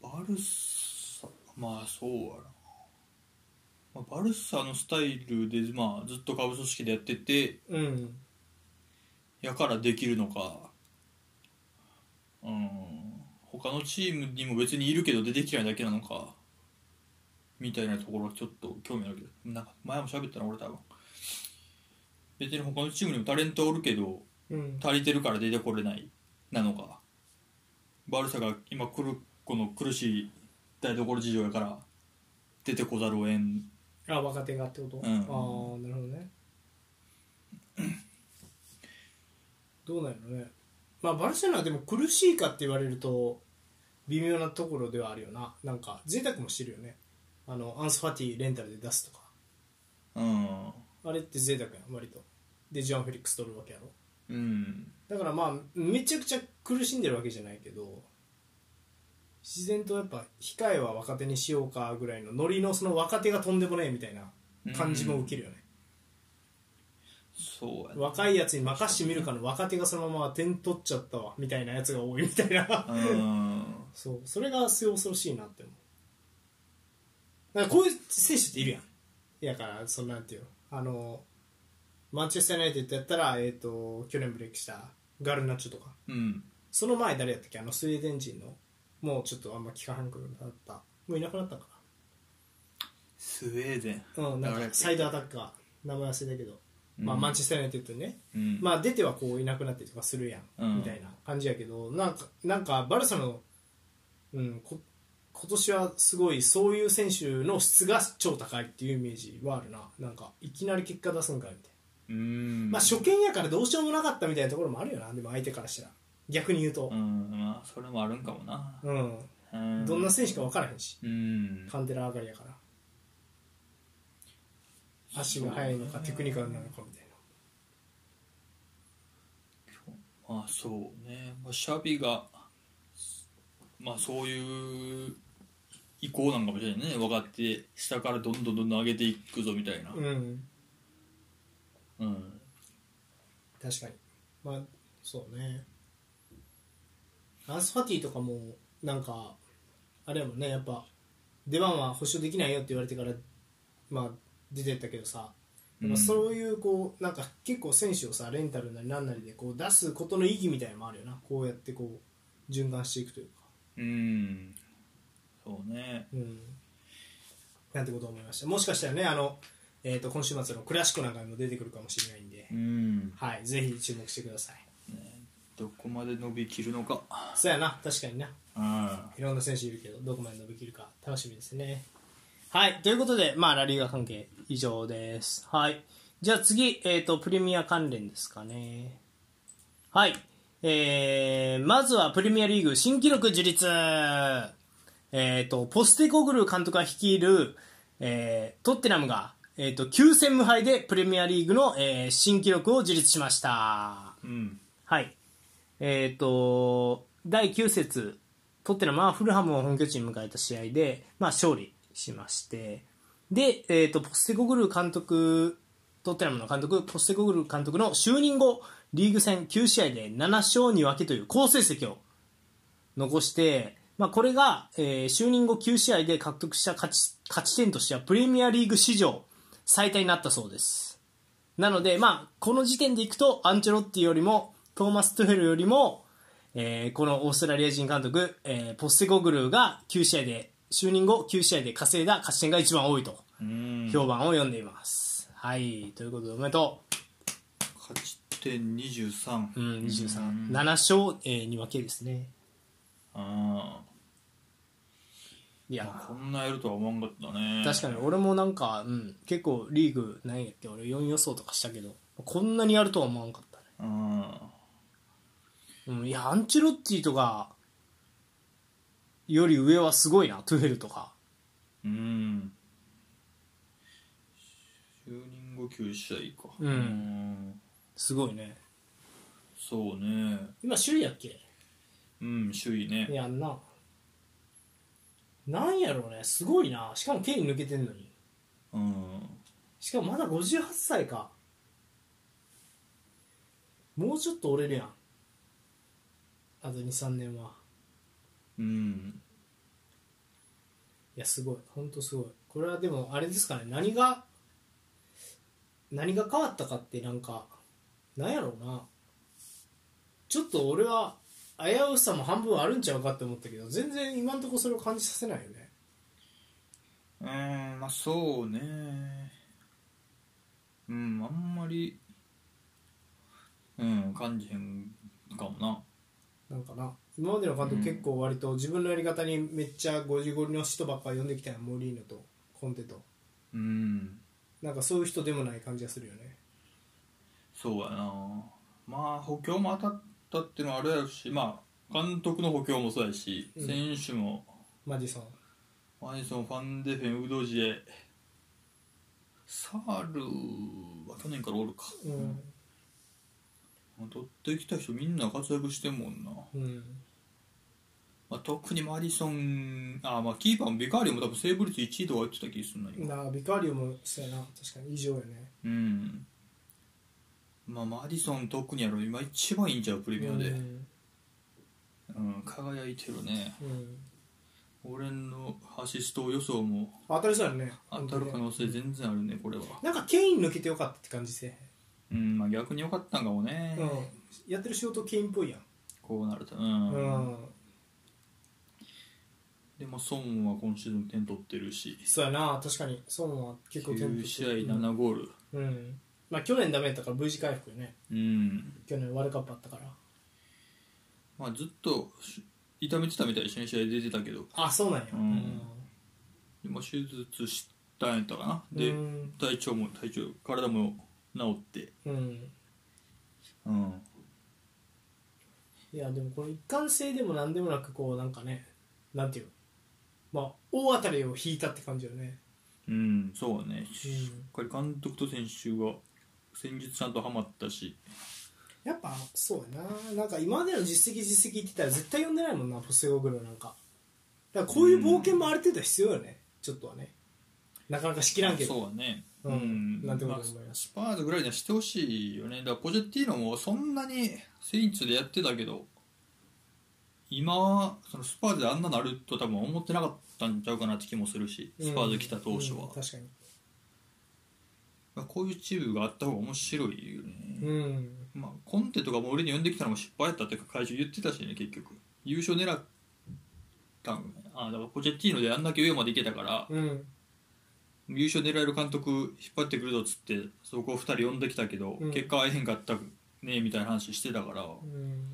バルサまあそうやな、まあ、バルサのスタイルで、まあ、ずっと下部組織でやっててなうんやからできるのかうん他のチームにも別にいるけど出てきてないだけなのかみたいなところはちょっと興味あるけどなんか前も喋ったな俺多分別に他のチームにもタレントおるけどうん足りてるから出てこれないなのかバルサが今来るこの苦しい台所事情やから出てこざるをえんあ若手がってこと、んああなるほどね (coughs) どうなるのねまあバルセロナでも苦しいかって言われると微妙なところではあるよななんか贅沢もしてるよねあのアンス・ファティレンタルで出すとかうんあれって贅沢やん割とでジョアン・フェリックス取るわけやろうんだからまあめちゃくちゃ苦しんでるわけじゃないけど自然とやっぱ控えは若手にしようかぐらいのノリのその若手がとんでもねえみたいな感じも受けるよね、そうやな若いやつに任してみるかの若手がそのまま点取っちゃったわみたいなやつが多いみたい (laughs) なうんそうそれが末恐ろしいなって思うだからこういう選手っているやんいやからそのなんていうのあのマンチェスター・ユナイテッドやったら、えー、と去年ブレイクしたガルナッチョとかうんその前誰やったっけあのスウェーデン人のもうちょっとあんま聞かはんくなったもういなくなったんかスウェーデンなうんなんか誰やっけサイドアタッカー名前忘れたけど、まあ、うんマンチェスター・ユナイテッドにねうんまあ出てはこういなくなったりとかするやん、うんみたいな感じやけどなんかなんかバルサの、うん、こ今年はすごいそういう選手の質が超高いっていうイメージはあるななんかいきなり結果出すんかいみたいな、うんまあ初見やからどうしようもなかったみたいなところもあるよなでも相手からしたら逆に言うとう、んまあそれもあるんかもなうんうんどんな選手か分からへんしうんカンテラ上がりやから足が速いのかテクニカルなのかみたいなまあそうね、まあ、シャビがまあそういう意向なんかもしれないね分かって下からどんどんどんどん上げていくぞみたいなうんうん確かにまあそうねアンス・ファティとかもなんかあれやもんねやっぱ出番は保証できないよって言われてからまあ出てったけどさやっぱそういうこうなんか結構選手をさレンタルなりなんなりでこう出すことの意義みたいなのもあるよなこうやってこう循環していくというかうんそうねうんなんてことを思いましたもしかしたらねあの、えー、と今週末のクラシックなんかにも出てくるかもしれないんで、うんはい、ぜひ注目してくださいどこまで伸びきるのかそうやな確かになういんろんな選手いるけどどこまで伸びきるか楽しみですねはいということでまあラリーガ関係以上ですはいじゃあ次、えー、とプレミア関連ですかねはいえー、まずはプレミアリーグ新記録樹立えー、とポステコグルー監督が率いる、えートッテナムが、えー、と9戦無敗でプレミアリーグの、えー新記録を樹立しましたうんはい。えっ、と、第9節、トッテナムはフルハムを本拠地に迎えた試合で、まあ、勝利しまして、で、えっ、と、ポステコグルー監督、トッテナムの監督、ポステコグルー監督の就任後、リーグ戦9試合で7勝2分けという好成績を残して、まあ、これが、えー就任後9試合で獲得した勝ち勝ち点としてはプレミアリーグ史上最多になったそうです。なので、まあ、この時点でいくと、アンチェロッティよりも、トーマス・トゥフェルよりも、えーこのオーストラリア人監督、えーポステコグルーが9試合で、就任後9試合で稼いだ勝ち点が一番多いと、うん評判を読んでいます。はい、ということで、おめでと勝ち点23う。うん、23。うん7勝、えー、に分けですね。あいやあこんなやるとは思わんかったね確かに俺もなんか、うん、結構リーグ何やっけ俺4予想とかしたけどこんなにやるとは思わんかったね、うんうん、いやアンチェロッティとかより上はすごいなトゥフェルとかうん9人後9試合かうんんすごいねそうね今首位やっけうん首位ねやんななんやろうねすごいなしかもケイン抜けてんのにうんしかもまだ58歳かもうちょっと折れるやんあと23年はうんいやすごいほんとすごいこれはでもあれですかね何が何が変わったかってなんかなんやろうなちょっと俺は危うさも半分あるんちゃうかって思ったけど全然今んとこそれを感じさせないよねうーんまあそうねうんあんまりうん感じへんかもななんかな今までの監督結構割と自分のやり方にめっちゃゴリゴリの人ばっかり呼んできたやんモリーノとコンテとうんなんかそういう人でもない感じがするよねそうやなまあ補強も当たったっていうのはあれやろしまあ監督の補強もそうやし、うん選手もマディソンマディソン、ファンデフェン、ウドジエ、サールは去年からおるか。うん、取ってきた人みんな活躍してんもんな。うん、まあ、特にマディソン、あ、まあキーパーもビカーリも多分セーブ率1位とか言ってた気がするな、今。なあビカーリオもそうやな確かに異常やねうん。まあマディソン特にやろ、今一番いいんちゃう、プレミアうで。んうん、輝いてるね。うん、俺のアシスト予想も当たりそうやね当たる可能本当性にね全然あるね、これは。なんかケイン抜けてよかったって感じせうん、まあ逆に良かったんかもえねへん、。うん、やってる仕事ケインっぽいやんこうなると。うん、でも孫は今シーズン点取ってるしそうやな確かにそうは結構テンポ9試合うん、 7ゴールうん、まあ去年ダメやったから V 字回復よねうん、去年ワールドカップあったからまあずっとし痛めてたみたいで試合出てたけどあそうなんや、うん今手術したんやったかなで、うん体調も体調体も治ってうんうんいやでもこの一貫性でも何でもなくこうなんかねなんていうのまあ大当たりを引いたって感じよねうんそうねしっかり監督と選手が戦術ちゃんとハマったしやっぱそうやななんか今までの実績実績言ってたら絶対呼んでないもんなポセゴグロなんかだからこういう冒険もある程度必要よねちょっとはねなかなかしきらんけどそうはねうんなんてことまあ思いますスパーズぐらいにはしてほしいよねだからポジェッティーノもそんなにセインツでやってたけど今そのスパーズであんななると多分思ってなかったんちゃうかなって気もするしスパーズ来た当初はうん、確かにまあ、こういうチームがあった方が面白いよね、うんまあ、コンテとかも俺に呼んできたのも失敗やったって会長言ってたしね結局優勝狙ったんあだからポジェッティーノであんだけ上まで行けたから、うん優勝狙える監督引っ張ってくるぞっつってそこを2人呼んできたけど、うん結果会えへんかったねみたいな話してたかうら、ん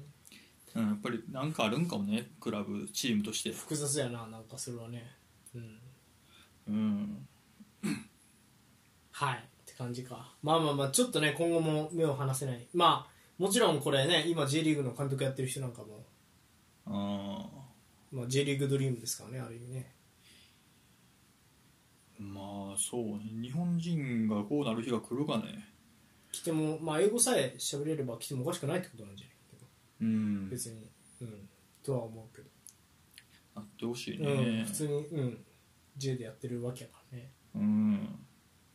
うん、やっぱりなんかあるんかもねクラブチームとして複雑やななんかそれはねうんうんはいって感じかまあまあまあちょっとね今後も目を離せないまあもちろんこれね今 J リーグの監督やってる人なんかも、あまあ、J リーグドリームですからねある意味ねーまあそうね日本人がこうなる日が来るかね来てもまあ英語さえ喋れれば来てもおかしくないってことなんじゃないけどうん別にうんとは思うけど、なってほしいうん、ね普通にうん J でやってるわけやからね、うん、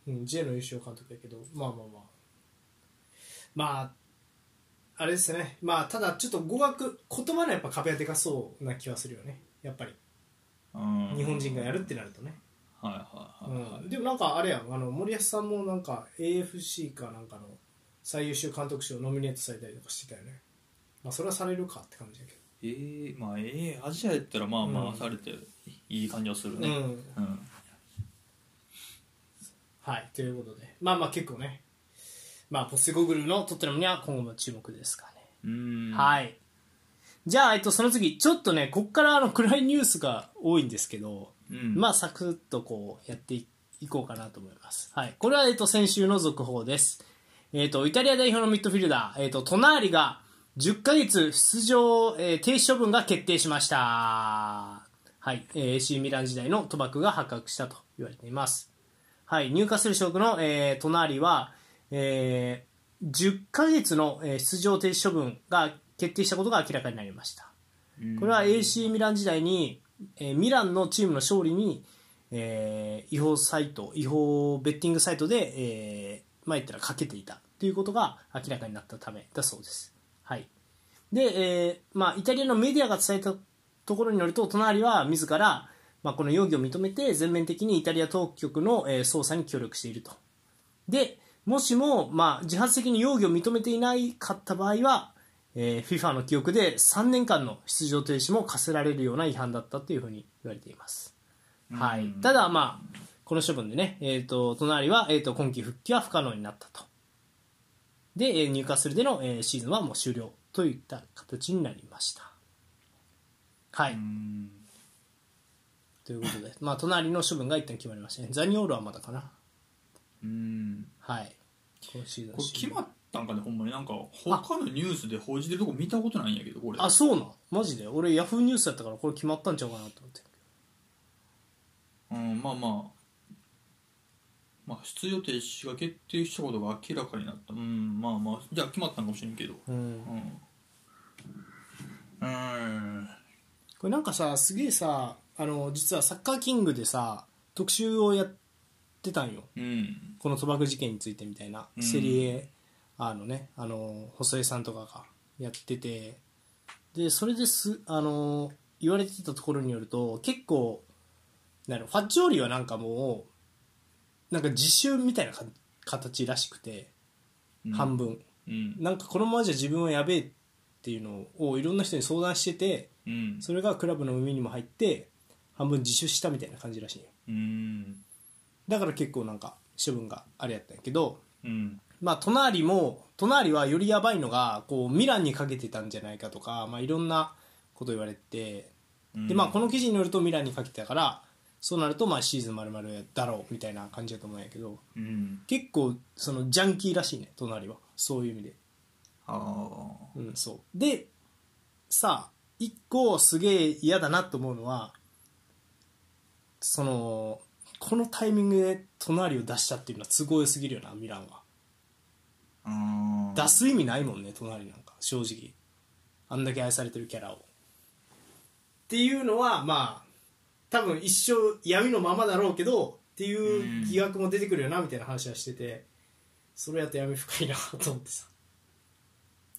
うん、J の優勝監督やけどまあまあまあまああれですねまあただちょっと語学言葉のやっぱ壁はでかそうな気はするよねやっぱりうん日本人がやるってなるとね、はいはいはい、はういん、でもなんかあれやんあの森保さんもなんか AFC かなんかの最優秀監督賞ノミネートされたりとかしてたよねまあそれはされるかって感じだけえー、まあええアジアやったらまあまうあんされていい感じはするどねうんうんはいということでまあまあ結構ねまあポスゴグルのトッテナムには今後も注目ですかね、うんはいじゃあ、えっと、その次ちょっとねこっからあの暗いニュースが多いんですけどうん、まあ、サクッとこうやっていこうかなと思います。はい。これは、えっと、先週の続報です。えっと、イタリア代表のミッドフィルダー、えっと、トナーリが10ヶ月出場、えー停止処分が決定しました。はい。えー AC ミラン時代の賭博が発覚したと言われています。はい、入荷する所の、えー隣は、えー10ヶ月のえー出場停止処分が決定したことが明らかになりました。これは AC ミラン時代に、えーミランのチームの勝利に、えー違法サイト違法ベッティングサイトで、えー、まあ言ったらかけていたということが明らかになったためだそうです、はいでえーまあ、イタリアのメディアが伝えたところによると隣は自ら、まあ、この容疑を認めて全面的にイタリア当局の、えー捜査に協力しているとでもしも、まあ、自発的に容疑を認めていないかった場合は、えー、FIFA の記憶で3年間の出場停止も課せられるような違反だったというふうに言われています、はい、ただ、まあ、この処分でね、えー、と隣は、えー、と今季復帰は不可能になったとで、えー入荷するでの、えーシーズンはもう終了といった形になりましたはい、うんということで、まあ、隣の処分が一旦決まりましたねザニオールはまだかなうんはい今シーズンこれ決まっったんかねほんまになんか他のニュースで報じてるとこ見たことないんやけどこれあそうなんマジで俺ヤフーニュースだったからこれ決まったんちゃうかなと思ってうんまあまあまあ出場停止が決定したことが明らかになったうんまあまあじゃあ決まったんかもしれんけどうんうんうんこれなんかさすげえさあの実はサッカーキングでさ特集をやってたんようんこの賭博事件についてみたいな、うんセリエあのねあの細江さんとかがやっててでそれですあの言われてたところによると結構なるファッジオーリはなんかもうなんか自習みたいなか形らしくて、うん半分うんなんかこのままじゃ自分はやべえっていうのをいろんな人に相談しててうんそれがクラブの海にも入って半分自首したみたいな感じらしいようんだから結構なんか処分があれやったんやけどうんまあ隣も隣はよりやばいのがこうミランにかけてたんじゃないかとか、まあ、いろんなこと言われてうんでまあこの記事によるとミランにかけてたからそうなるとまあシーズン丸々だろうみたいな感じだと思うんやけどうん結構そのジャンキーらしいね隣はそういう意味でああうん、そうでさあ一個すげえ嫌だなと思うのはそのこのタイミングで隣を出したっていうのは都合良すぎるよなミランはあー出す意味ないもんね隣なんか正直あんだけ愛されてるキャラをっていうのはまあ多分一生闇のままだろうけどっていう疑惑も出てくるよなみたいな話はしててそれやと闇深いなと思ってさ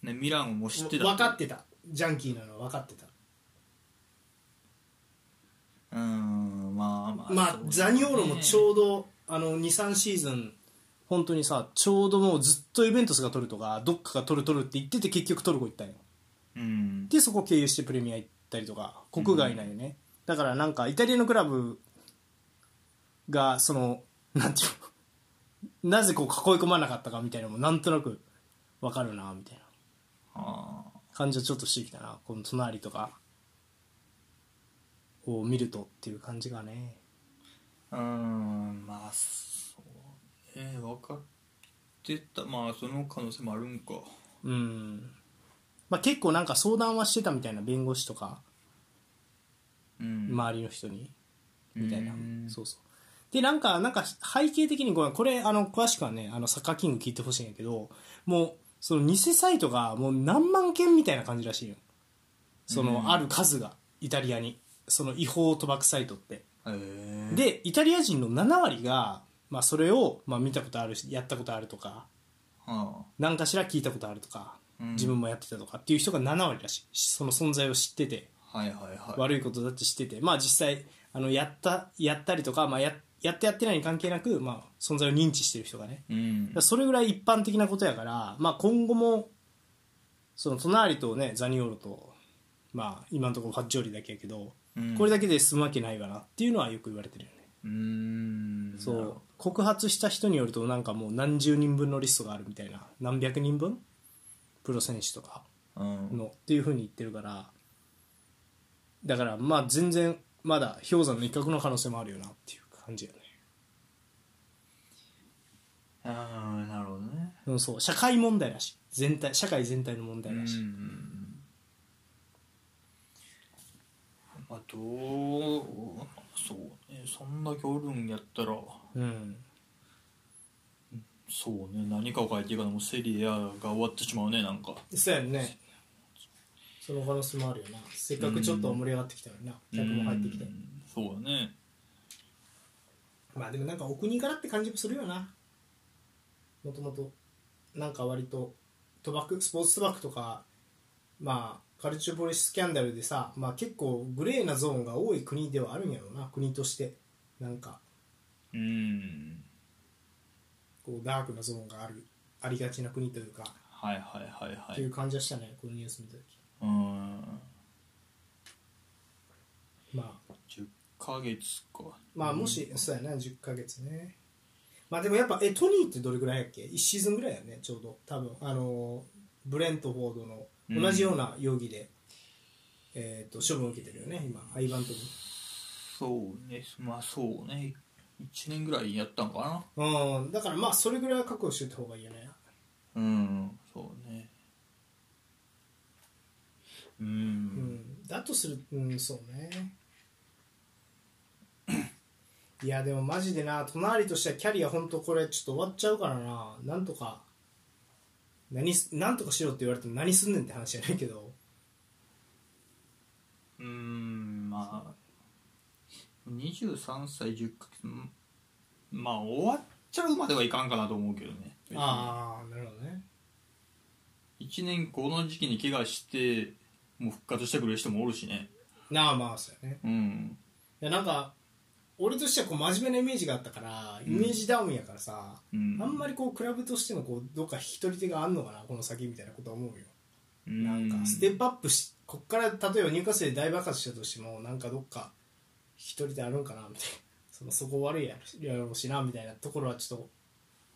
ねミランをもう知ってた分かってたジャンキーなのは分かってたうんまあまあまあそう、ねザニオーロもちょうど、あの23シーズン本当にさちょうどもうずっとイベントスが取るとかどっかが取る取るって言ってて結局トルコ行ったんようんでそこ経由してプレミア行ったりとか国外なんよね、だからなんかイタリアのクラブがそのなんていうのなぜこう囲い込まなかったかみたいなのもなんとなく分かるなみたいなああ感じはちょっとしてきたなこの隣とかを見るとっていう感じがねうーんまあそうね分かってたまあその可能性もあるんかうんまあ、結構なんか相談はしてたみたいな弁護士とかうん周りの人にみたいなうんそうそうでなんかなんか背景的にごめんこれあの詳しくはねあのサッカーキング聞いてほしいんやけどもうその偽サイトがもう何万件みたいな感じらしいよそのある数がイタリアにその違法賭博サイトってへえでイタリア人の7割が、まあ、それを、まあ、見たことあるしやったことあるとかは何かしら聞いたことあるとか、うん自分もやってたとかっていう人が7割らしいその存在を知ってて、あはいはいはい悪いことだって知っててまあ実際あのやったやったりとか、まあ、ややってやってないに関係なく、まあ、存在を認知してる人がねうんだからそれぐらい一般的なことやから、まあ、今後もその隣とねザニオロと、まあ、今のところファッジョーリだけやけど、うんこれだけで済むわけないわなっていうのはよく言われてるよねうーんそう告発した人によるとなんかもう何十人分のリストがあるみたいな何百人分プロ選手とかうんのっていうふうに言ってるからだからまあ全然まだ氷山の一角の可能性もあるよなっていう感じよね、ああなるほどねうん、そう社会問題らしい全体社会全体の問う題らしい、んまあどうそうねそんだけおるんやったらうんそうね何かを変えていかのもセリエ A が終わってしまうねなんかそうやんねその可能性もあるよなせっかくちょっと盛り上がってきたのにな客も入ってきてうんそうだねまあでもなんかお国柄って感じもするよなもともとなんか割と賭博スポーツ賭博とかまあカルチューポリススキャンダルでさ、まあ、結構グレーなゾーンが多い国ではあるんやろうな国としてなんかうんこうダークなゾーンがあるありがちな国というか、はいはいはいはっていいう感じはしたねこのニュース見た時うんまあ10ヶ月かまあもし、そうやな10ヶ月ねまあでもやっぱえトニーってどれぐらいやっけ1シーズンぐらいやねちょうど多分あのーブレントフォードの同じような容疑で、えー、と処分を受けてるよね今アイバントにそうねまあそうね1年ぐらいやったんかうんだからまあそれぐらいは覚悟しておいた方がいいよねなうんそうねうん、うんだとするうんそうね (coughs) いやでもマジでな隣としてはキャリア本当これちょっと終わっちゃうからななんとか何すなんとかしろって言われても何すんねんって話じゃないけどうーんまあ23歳10ヶ月うんまあ終わっちゃうまではいかんかなと思うけどねああなるほどね1年この時期に怪我してもう復活してくれる人もおるしねなあまあそうやねうんいやなんか俺としてはこう真面目なイメージがあったからイメージダウンやからさ、うんあんまりこうクラブとしてのこうどっか引き取り手があんのかなこの先みたいなことは思うよなんかステップアップしこっから例えば入荷生で大爆発したとしてもなんかどっか引き取り手あるんかなみたいなそのそこ悪いやろうしなみたいなところはちょっと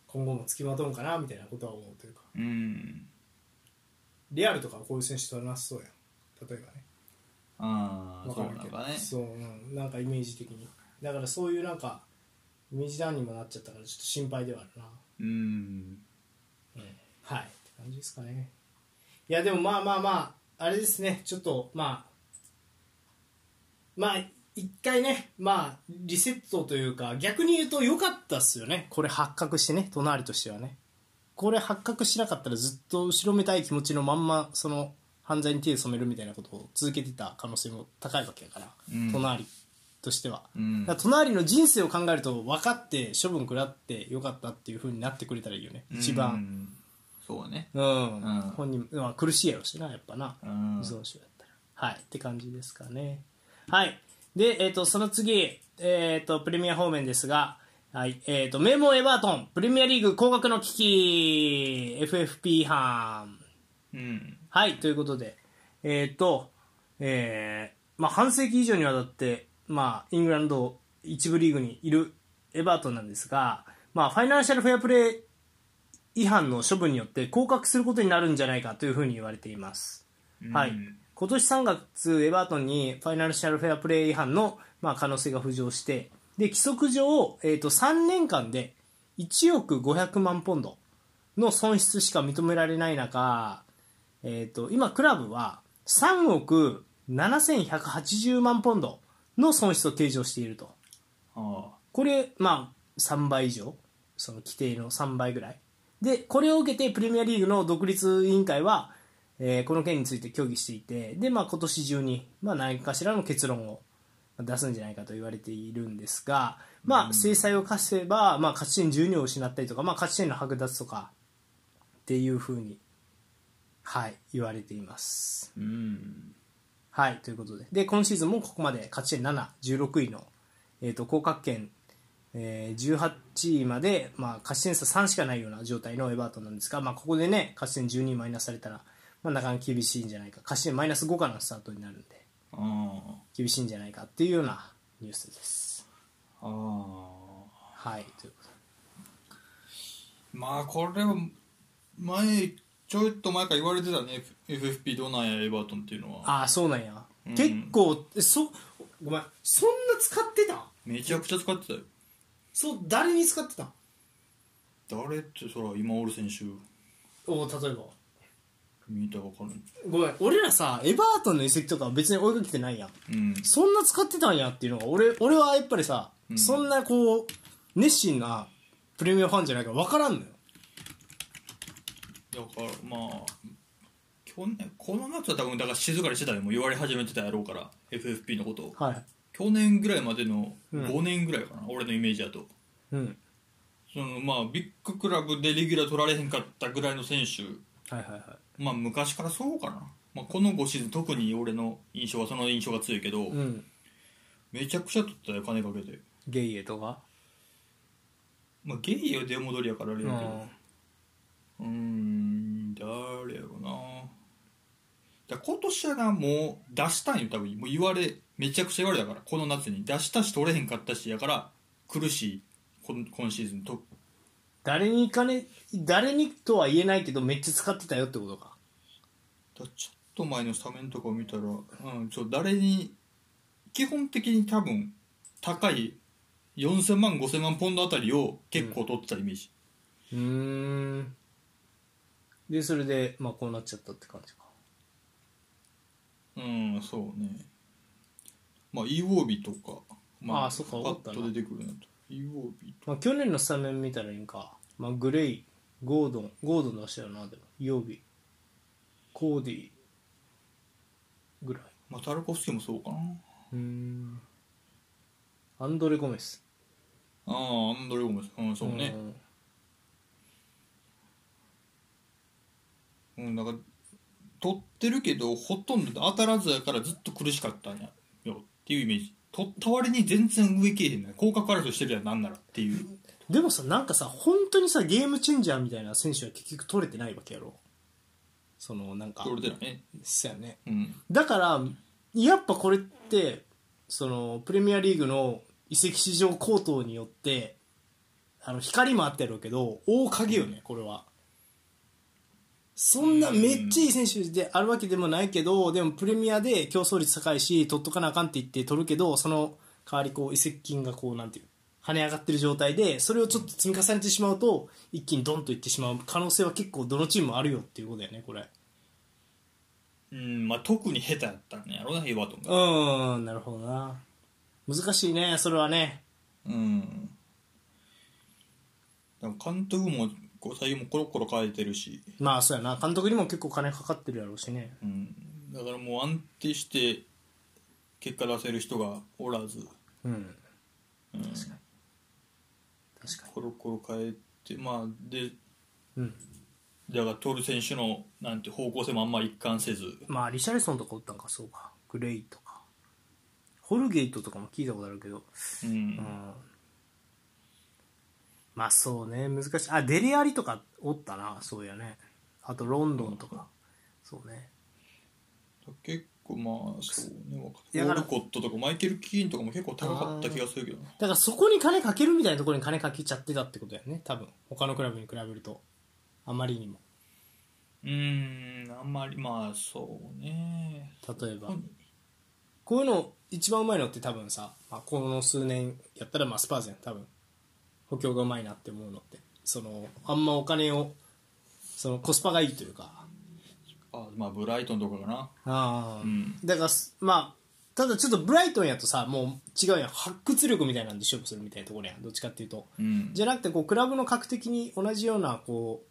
今後もつきまとうんかなみたいなことは思うというかうんレアルとかはこういう選手取らなさそうやん例えばねああわそうからなんけどんかねそう、うん、なんかイメージ的にだからそういうなんかイメージダウンにもなっちゃったからちょっと心配ではあるなうんはいって感じですかねいやでもまあまあまああれですねちょっとまあまあ一回ねまあリセットというか逆に言うと良かったっすよねこれ発覚してね隣としてはねこれ発覚しなかったらずっと後ろめたい気持ちのまんまその犯罪に手を染めるみたいなことを続けてた可能性も高いわけだから、うん隣としては、うんだから隣の人生を考えると分かって処分食らってよかったっていう風になってくれたらいいよね一番、うんそうねうん、うん本人、まあ、苦しいやろしなやっぱなうん依存症やったらはいって感じですかねはいで、えー、とその次、えー、とプレミア方面ですが、はいえー、と名門エバートンプレミアリーグ降格の危機 FFP 班うんはい、ということで、えっ、と、えーまあ、半世紀以上にわたって、まあ、イングランド一部リーグにいるエバートンなんですが、まあ、ファイナンシャルフェアプレー違反の処分によって降格することになるんじゃないかというふうに言われています。はいうん、今年3月、エバートンにファイナンシャルフェアプレー違反の、まあ、可能性が浮上して、で規則上、えー、と3年間で1億500万ポンドの損失しか認められない中、えー、と今、クラブは3億7180万ポンドの損失を計上していると。ああこれ、まあ、3倍以上、その規定の3倍ぐらい。で、これを受けて、プレミアリーグの独立委員会は、えーこの件について協議していて、で、まあ、今年中に、まあ、何かしらの結論を出すんじゃないかと言われているんですが、まあ、制裁を課せば、まあ、勝ち点12を失ったりとか、まあ、勝ち点の剥奪とか、っていうふうに、はい、言われています。うんはい、ということで。で、今シーズンもここまで勝ち点7、16位の、えー、と降格圏、えー18位まで、まあ、勝ち点差3しかないような状態のエバートンなんですが、まあ、ここでね、勝ち点12マイナスされたら、まあ、なかなか厳しいんじゃないか。勝ち点マイナス5からのスタートになるんで、ああ厳しいんじゃないかっていうようなニュースです。ああはい、ということで。まあこれは前ちょいと前から言われてたね F- FFP どうなんやエバートンっていうのはああ、そうなんや。うん結構、えそ、ごめん、そんな使ってためちゃくちゃ使ってたよそう、誰に使ってた誰ってそら今おる選手おう例えば。見たら分かるごめん、俺らさ、エバートンの移籍とかは別に追いかけてないやん。うんそんな使ってたんやっていうのが俺俺はやっぱりさ、うんそんなこう熱心なプレミアファンじゃないから分からんのよだからまあ去年この夏は多分だから静かにしてたよもう言われ始めてたやろうから FFP のことをはい去年ぐらいまでのうん5年ぐらいかな、俺のイメージだとうんそのまあビッグクラブでレギュラー取られへんかったぐらいの選手はいはいはまあ昔からそうかな、まあ、この5シーズン特に俺の印象はその印象が強いけど、いうんめちゃくちゃ取ったよ金かけて、ゲイエとかまあ、ゲイよ出戻りやからあれうやけどんうーん誰やろなだから今年はなもう出したんよ多分もう言われめちゃくちゃ言われたからこの夏に出したし取れへんかったしやから苦しい今今シーズンと誰に金誰にとは言えないけどめっちゃ使ってたよってことかだちょっと前のスタメンとかを見たら、うん、ちょ誰に基本的に多分高い4000万5000万ポンドあたりを結構取ってたイメージ、うーんでそれでまあこうなっちゃったって感じかうん、そうねまあイオービとか、まあーそっかパ思ったッなと出てくるなとイオービまあ、去年のスタメン見たらいいんか、まあ、グレイゴードンゴードン出したよなでも曜日コーディぐらいまあ、タルコフスキーもそうかなうんアンドレ・ゴメスああアンドレゴメスうんそうねんうん、なんか取ってるけどほとんど当たらずやからずっと苦しかったんやよっていうイメージ取った割に全然上けえへんね広角争いしてるやんなんならっていうでもさなんかさ本当にさゲームチェンジャーみたいな選手は結局取れてないわけやろそのなんか取れてないねそうやねうんだからやっぱこれってそのプレミアリーグの移籍市場高騰によってあの光もあったやろうけど大影よねこれはそんなうんめっちゃいい選手であるわけでもないけどでもプレミアで競争率高いし取っとかなあかんって言って取るけどその代わりこう移籍金がこうなんていう跳ね上がってる状態でそれをちょっと積み重ねてしまうと一気にドンといってしまう可能性は結構どのチームもあるよっていうことだよねこれうんまあ特に下手やったんやろなヘイワートンうがーんなるほどな難しいねそれはねうんでも監督もこう左右もコロコロ変えてるしまあそうやな監督にも結構金かかってるやろうしねうんだからもう安定して結果出せる人がおらずうんうん確かコロコロ変えてまあでに、うん、だからトール選手のなんて方向性もあんま一貫せずまあリシャルソンとかおったんかそうかグレイとかホルゲイトとかも聞いたことあるけどうん、うんまあそうね難しいあデリアリとかおったなそうやねあとロンドンとか、そうね結構まあそうね若いやだか手オらルコットとかマイケル・キーンとかも結構高かった気がするけどなだからそこに金かけるみたいなところに金かけちゃってたってことだよね多分他のクラブに比べるとあまりにもうーんあんまりまあそうね例えば本こういうの一番うまいのって多分さ、まあ、この数年やったらまあスパーズやん多分補強がうまいなって思うのってそのあんまお金をそのコスパがいいというかあまあブライトンとかかなああ、うんだからすまあただちょっとブライトンやとさもう違うやん発掘力みたいなんで勝負するみたいなところやんどっちかっていうとうんじゃなくてこうクラブの格的に同じようなこう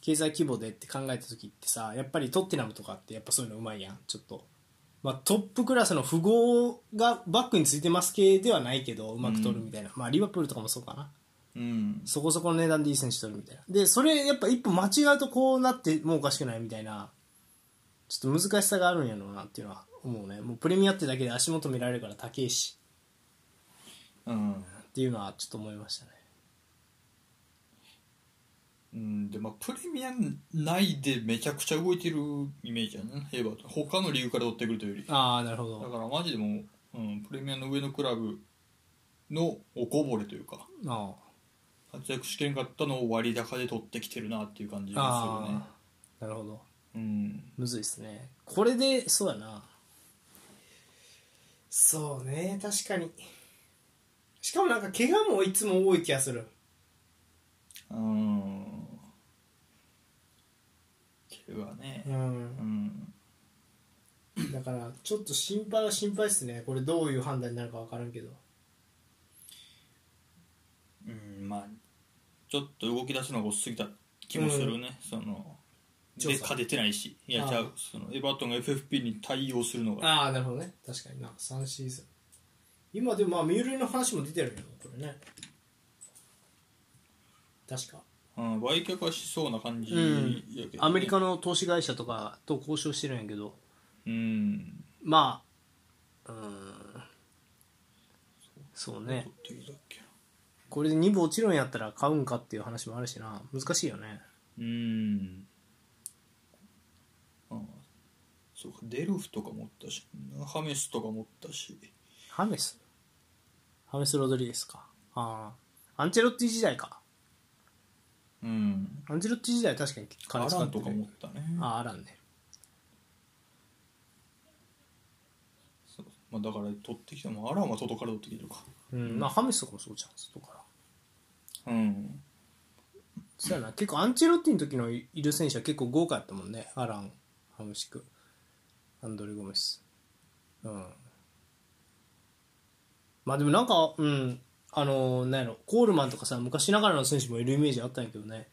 経済規模でって考えた時ってさやっぱりトッテナムとかってやっぱそういうのうまいやんちょっと、まあ、トップクラスの富豪がバックについてます系ではないけどうまく取るみたいな、まあ、リバプールとかもそうかなうんそこそこの値段でいい選手取るみたいなでそれやっぱ一歩間違うとこうなってもうおかしくないみたいなちょっと難しさがあるんやろうなっていうのは思うねもうプレミアってだけで足元見られるから高えしうん、っていうのはちょっと思いましたねうん、でまあプレミア内でめちゃくちゃ動いてるイメージやなヘイバートン他の理由から取ってくるというよりああなるほどだからマジでもう、うん、プレミアの上のクラブのおこぼれというかああ活躍しきれんかったのを割高で取ってきてるなっていう感じがするねああなるほどうんむずいですねこれでそうやなそうね確かにしかもなんか怪我もいつも多い気がするうん怪我ねうんうんだからちょっと心配は心配ですねこれどういう判断になるか分からんけどうんまあちょっと動き出すのが遅すぎた気もするね、その調で査勝ててないしいやあーじゃあそのエバートンが FFP に対応するのがああなるほどね確かにな3シーズン今でもまあ三浦の話も出てるよねこれね確かうん、売却はしそうな感じうんやけどね、アメリカの投資会社とかと交渉してるんやけどうんまあうーんそうねどういうだっけなこれで2部落ちるんやったら買うんかっていう話もあるしな難しいよねうんああそうかデルフとか持ったしハメスとか持ったしハメスハメス・ロドリゲスかああアンチェロッティ時代かうんアンチェロッティ時代確かにアラ使っンてとるか持ったねああアランねそうまあ、だから取ってきてもアランは外から取ってきてるかうんまあハメスとかもそうじゃん外からうんそうやな結構アンチェロッティの時のいる選手は結構豪華やったもんねアランハムシクアンドレ・ゴメスうんまあでもなんかうんあのなんやろコールマンとかさ昔ながらの選手もいるイメージあったんやけどね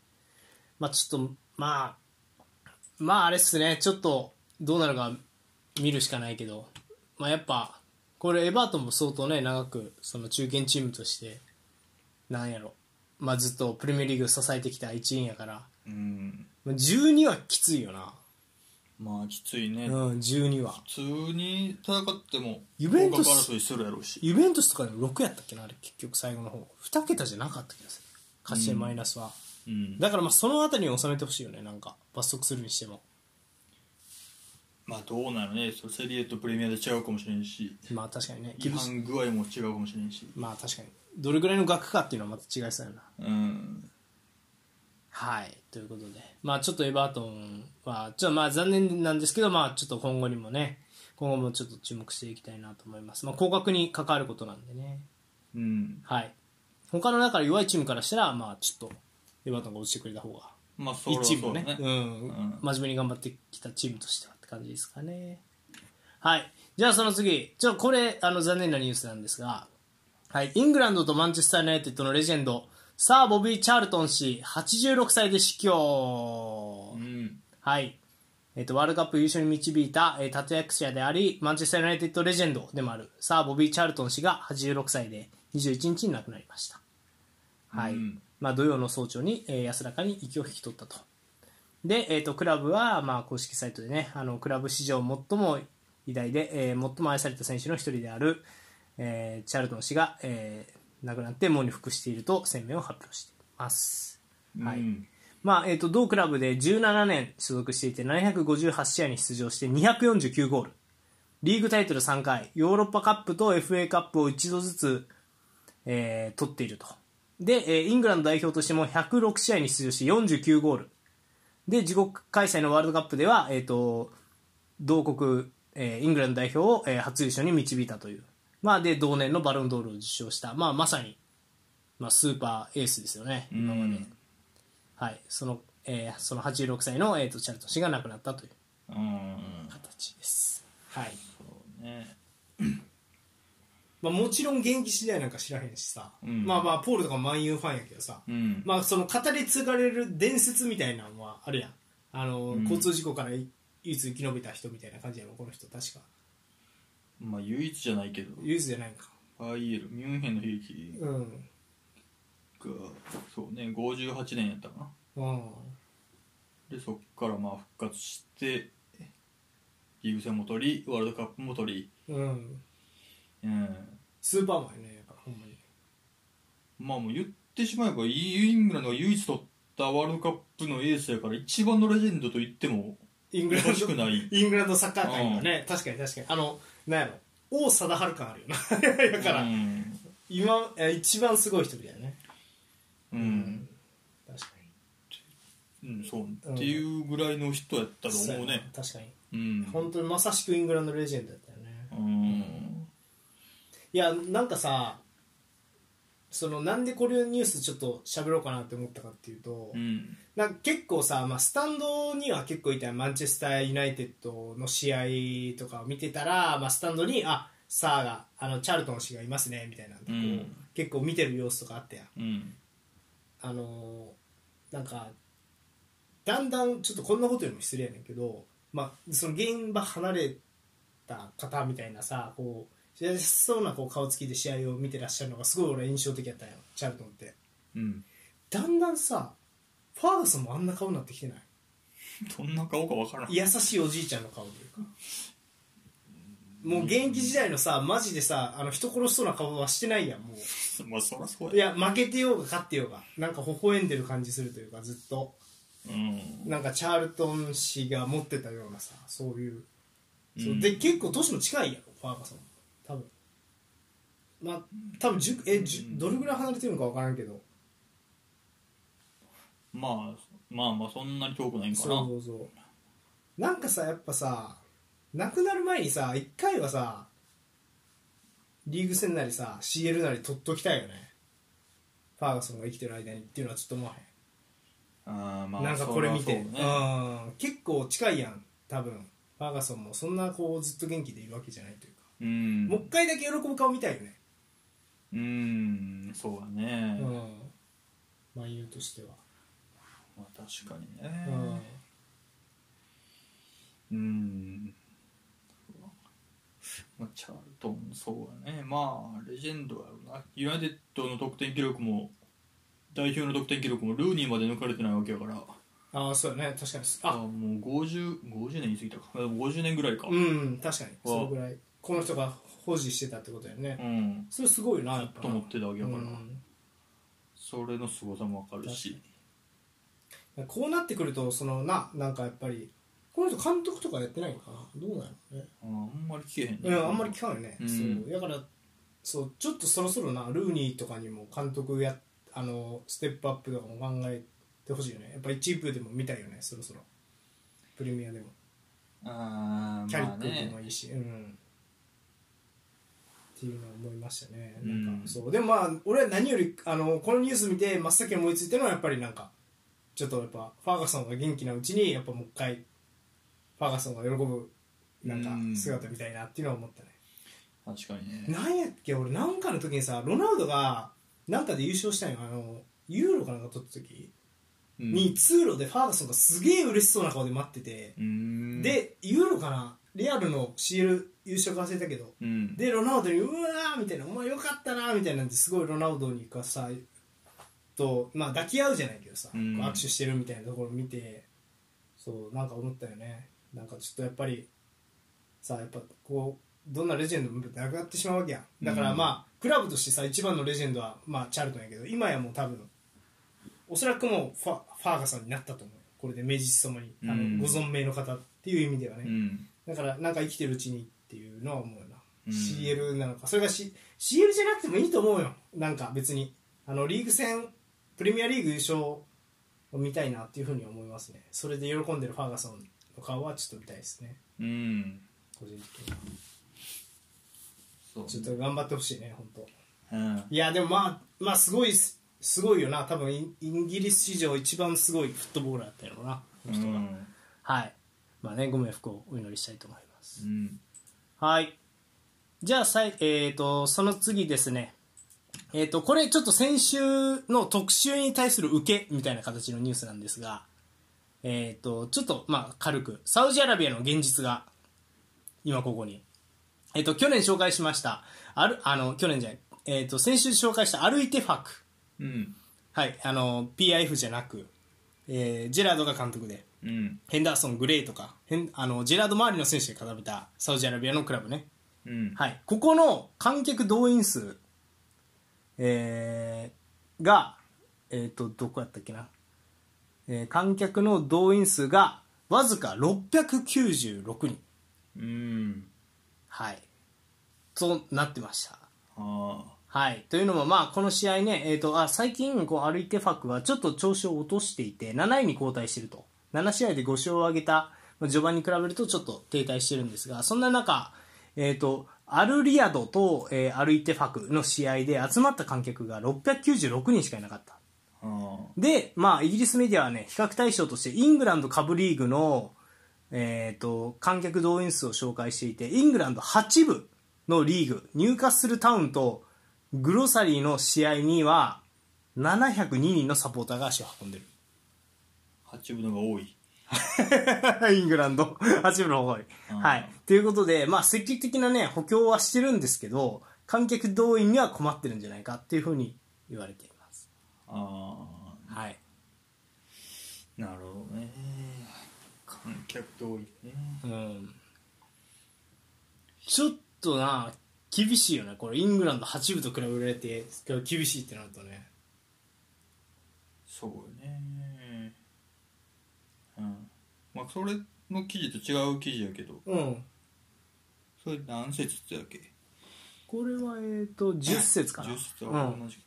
まあちょっとまあまああれっすねちょっとどうなるか見るしかないけどまあやっぱこれエバートンも相当ね長くその中堅チームとしてなんやろまあ、ずっとプレミアリーグを支えてきた一員やからうんまあ12はきついよな、まあきついね、うん、12は普通に戦ってもユベントス合格争いするやろうしユベントスとかでも6やったっけなあれ結局最後の方2桁じゃなかった気がする勝ち点マイナスは、うんだからまあその辺りに収めてほしいよねなんか罰則するにしてもまあどうなのねそれセリエとプレミアで違うかもしれんしまあ確かにね違厳しい反具合も違うかもしれんしまあ確かにどれぐらいの額かっていうのはまた違いそうやなうんはいということでまあちょっとエバートンはちょっとまあ残念なんですけどまあちょっと今後にもね今後もちょっと注目していきたいなと思いますまあ降格に関わることなんでねうんはい。他の中で弱いチームからしたら、まあ、ちょっと、エバートンが落ちてくれた方が、まあそいれいはチそームうもねだねうん、うん真面目に頑張ってきたチームとしてはって感じですかね。はい。じゃあ、その次。じゃあ、これ、あの、残念なニュースなんですが、はい。イングランドとマンチェスター・ユナイテッドのレジェンド、サー・ボビー・チャールトン氏、86歳で死去。うんはい。えっと、ワールドカップ優勝に導いた、えー、立役者であり、マンチェスター・ユナイテッドレジェンドでもある、サー・ボビー・チャールトン氏が86歳で21日に亡くなりました。はい。うんまあ、土曜の早朝に、えー安らかに息を引き取ったと。で、えっとクラブは、まあ、公式サイトでねあのクラブ史上最も偉大で、えー最も愛された選手の一人である、えーチャールトン氏が、えー亡くなって喪に服していると声明を発表しています。はいうんまあえー、と同クラブで17年所属していて758試合に出場して249ゴールリーグタイトル3回ヨーロッパカップと FA カップを一度ずつ、えー取っているとで、えーイングランド代表としても106試合に出場して49ゴールで自国開催のワールドカップでは、えー、と同国、えーイングランド代表を、えー初優勝に導いたという、まあ、で同年のバロンドールを受賞した、まあ、まさに、まあ、スーパーエースですよね今まで。うんはい、その、えーその86歳の、えー、とチャルト氏が亡くなったといううん形です。はい。そうねまあもちろん現役時代なんか知らへんしさ、うんまあまあポールとか万有ファンやけどさ、うんまあその語り継がれる伝説みたいなのはあるやん。あの、ん交通事故からい唯一生き延びた人みたいな感じやろ、この人確か。まあ唯一じゃないけど唯一じゃないんか。バイエルンミュンヘンの悲劇うん。がそうね58年やったかなうん。でそっからまあ復活してリーグ戦も取りワールドカップも取り、うん。うん、スーパーマンやね、だからほんまに。まあもう言ってしまえばイングランドが唯一取ったワールドカップのエースやから一番のレジェンドと言ってもインおグランかドしくないイングランドサッカー界にはね、確かに確かに。あの、なんやろ、王貞治感あるよな。だ (laughs) から、うん、今、え一番すごい人だよね。うん確かうん、そう、うんっていうぐらいの人やったに。と思うね確かに。うん本当にまさしくイングランドレジェンドだったよね。うんいや、なんかさ、そのなんでこれニュースちょっと喋ろうかなって思ったかっていうと、うんなんか結構さ、まあ、スタンドには結構いたよマンチェスター・ユナイテッドの試合とかを見てたら、まあ、スタンドにあサーがあのチャルトン氏がいますねみたいなのとこううん結構見てる様子とかあったやんうんあのーなんかだんだんちょっとこんなことよりも失礼やねんけど、まあ、その現場離れた方みたいなさこう優しそうなこう顔つきで試合を見てらっしゃるのがすごい俺印象的やったんよチャルトンってうん (laughs) だんだんさファーガソンもあんな顔になってきてないどんな顔かわからん優しいおじいちゃんの顔というかもう現役時代のさマジでさあの人殺しそうな顔はしてないやんもう (laughs) まあそりゃそういやや負けてようが勝ってようがなんか微笑んでる感じするというかずっとうんなんかチャールトン氏が持ってたようなさそういうそううんで結構年も近いやろファーガソン多分まあ多分10え10うんどれぐらい離れてるのか分からんけどまあまあまあそんなに遠くないんかそうなそうそうなんかさやっぱさ亡くなる前にさ一回はさリーグ戦なりさ CL なり取っときたいよねファーガソンが生きてる間にっていうのはちょっと思わへんあーまあなんかこれ見てそりゃそううん結構近いやん多分ファーガソンもそんなこうずっと元気でいるわけじゃないというか、うんもう一回だけ喜ぶ顔見たいよねうんそうだね、うん万有としては、まあ確かうにんねうん、まあ、チャールトンそうだねまあレジェンドやろうなユナイテッドの得点記録も代表の得点記録もルーニーまで抜かれてないわけやからああそうだね確かにああもう 50, 50年言い過ぎたかでも50年ぐらいかうん確かにそのぐらいこの人が保持してたってことだよね、うんそれすごいなやっぱと思ってたわけやから、うんそれの凄さもわかるしこうなってくるとそのななんかやっぱりこの人監督とかやってないのかなどうなのねああんまり聞けへんねうんあんまり聞かないね、うんそうだからそうちょっとそろそろなルーニーとかにも監督やあのステップアップとかも考えてほしいよねやっぱ一部でも見たいよねそろそろプレミアでもあキーャリまッあクでねもいいし、うんっていうのは思いましたね、うんなんかそうでもまあ俺は何よりあのこのニュース見て真っ先に思いついたのはやっぱりなんかちょっとやっぱファーガソンが元気なうちにやっぱもう一回ファーガソンが喜ぶなんか姿みたいなっていうのは思ったね、確かにねなんやっけ俺なんかの時にさロナウドがなんかで優勝したんよあのユーロかなんか取った時うんに通路でファーガソンがすげえ嬉しそうな顔で待ってて、うんで、ユーロかな、リアルの CL 優勝か忘れたけど、うんで、ロナウドに、うわーみたいな、お前よかったなーみたいなんですごいロナウドにかさ、と、まあ、抱き合うじゃないけどさ、うんこう握手してるみたいなところを見て、そう、なんか思ったよね。なんかちょっとやっぱり、さ、やっぱこう、どんなレジェンドもなくなってしまうわけやん。だからうんまあ、クラブとしてさ、一番のレジェンドは、まあ、チャルトンやけど、今やもう多分、おそらくもうファファーガソンになったと思う。これで名実ともに、あのうんご存命の方っていう意味ではね。うんだからなんか生きてるうちにっていうのは思うよな、うん CL なのかそれが、C、CL じゃなくてもいいと思うよなんか別にあのリーグ戦プレミアリーグ優勝を見たいなっていうふうに思いますねそれで喜んでるファーガソンの顔はちょっと見たいですねうん個人的にはそうちょっと頑張ってほしいね本当うんいやでもまあまあすごいすすごいよな多分インイギリス史上一番すごいフットボーラーだったやろうなこの人が、うんはいまあねご冥福をお祈りしたいと思いますうんはい。じゃあ、さいえっ、と、その次ですね。えっ、と、これちょっと先週の特集に対する受けみたいな形のニュースなんですが、えっ、と、ちょっと、まあ、軽く、サウジアラビアの現実が、今ここに。えっ、と、去年紹介しました、ある、あの、去年じゃない、えっ、と、先週紹介したアルイテファク。うんはい、あの、PIF じゃなく、えージェラードが監督で。うんヘンダーソン、グレイとか、ヘンあのジェラード周りの選手で固めたサウジアラビアのクラブね。うんはい、ここの観客動員数、えーが、えー、とどこやったっけな、えー観客の動員数がわずか696人、うんはい、となってました。ああはい、というのも、まあ、この試合ね、えー、とあ最近こう、歩いてファクはちょっと調子を落としていて7位に後退していると7試合で5勝を挙げたまあ序盤に比べるとちょっと停滞しているんですがそんな中、えー、とアルリアドと、えー、アルイテファクの試合で集まった観客が696人しかいなかったああで、まあ、イギリスメディアはね、比較対象として、イングランド下部リーグの、えっ、と、観客動員数を紹介していて、イングランド8部のリーグ、ニューカッスルタウンとグロサリーの試合には、702人のサポーターが足を運んでる。八分のが多い (laughs) イングランド、八分の方が多い。うんはい。ということで、まあ、積極的なね、補強はしてるんですけど、観客動員には困ってるんじゃないかっていうふうに言われています。あはい。あなるほどね観客動員ねうん。ちょっとな、厳しいよね。これ、イングランド8部と比べられて、厳しいってなるとね。そうよねうんまあそれの記事と違う記事やけどうん。それ何節ってだっけこれは、えっ、と、10節かな。 10節うはん。同じ、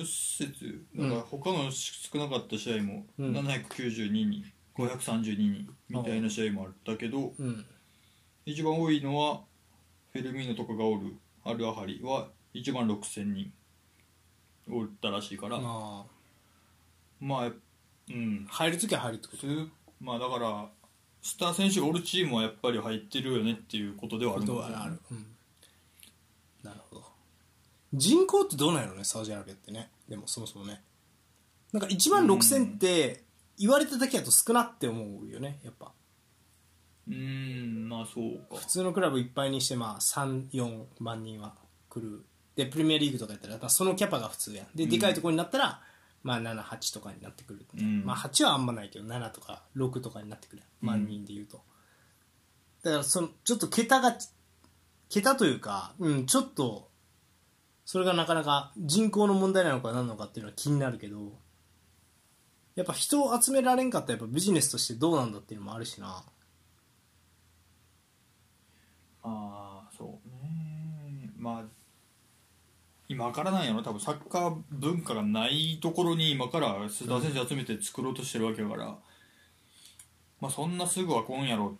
10節だから他の少なかった試合もうん792人、532人みたいな試合もあったけど、うん。一番多いのはフェルミーノとかがおるアルアハリは1万6000人おったらしいから、まあ、まあうん入るときは入るってこ普通まあだからスター選手がおるチームはやっぱり入ってるよねっていうことではあとるんだことよねはある。うん。なるほど。人口ってどうなんやろね、サウジアラビアってね。でも、そもそもね。なんか1万6000って、言われただけだと少なって思うよね、やっぱ。うーんまあそうか普通のクラブいっぱいにしてまあ34万人は来るでプレミアリーグとかやったら、まあ、そのキャパが普通やんで、んでかいところになったらまあ78とかになってくる、うんまあ8はあんまないけど7とか6とかになってくるうん万人でいうと、だからそのちょっと桁が桁というか、うん、ちょっとそれがなかなか人口の問題なのか何なのかっていうのは気になるけどやっぱ人を集められんかったらやっぱビジネスとしてどうなんだっていうのもあるしなああそうねまあ今からなんやろ多分サッカー文化がないところに今から須田選手集めて作ろうとしてるわけやから、まあそんなすぐは来んやろ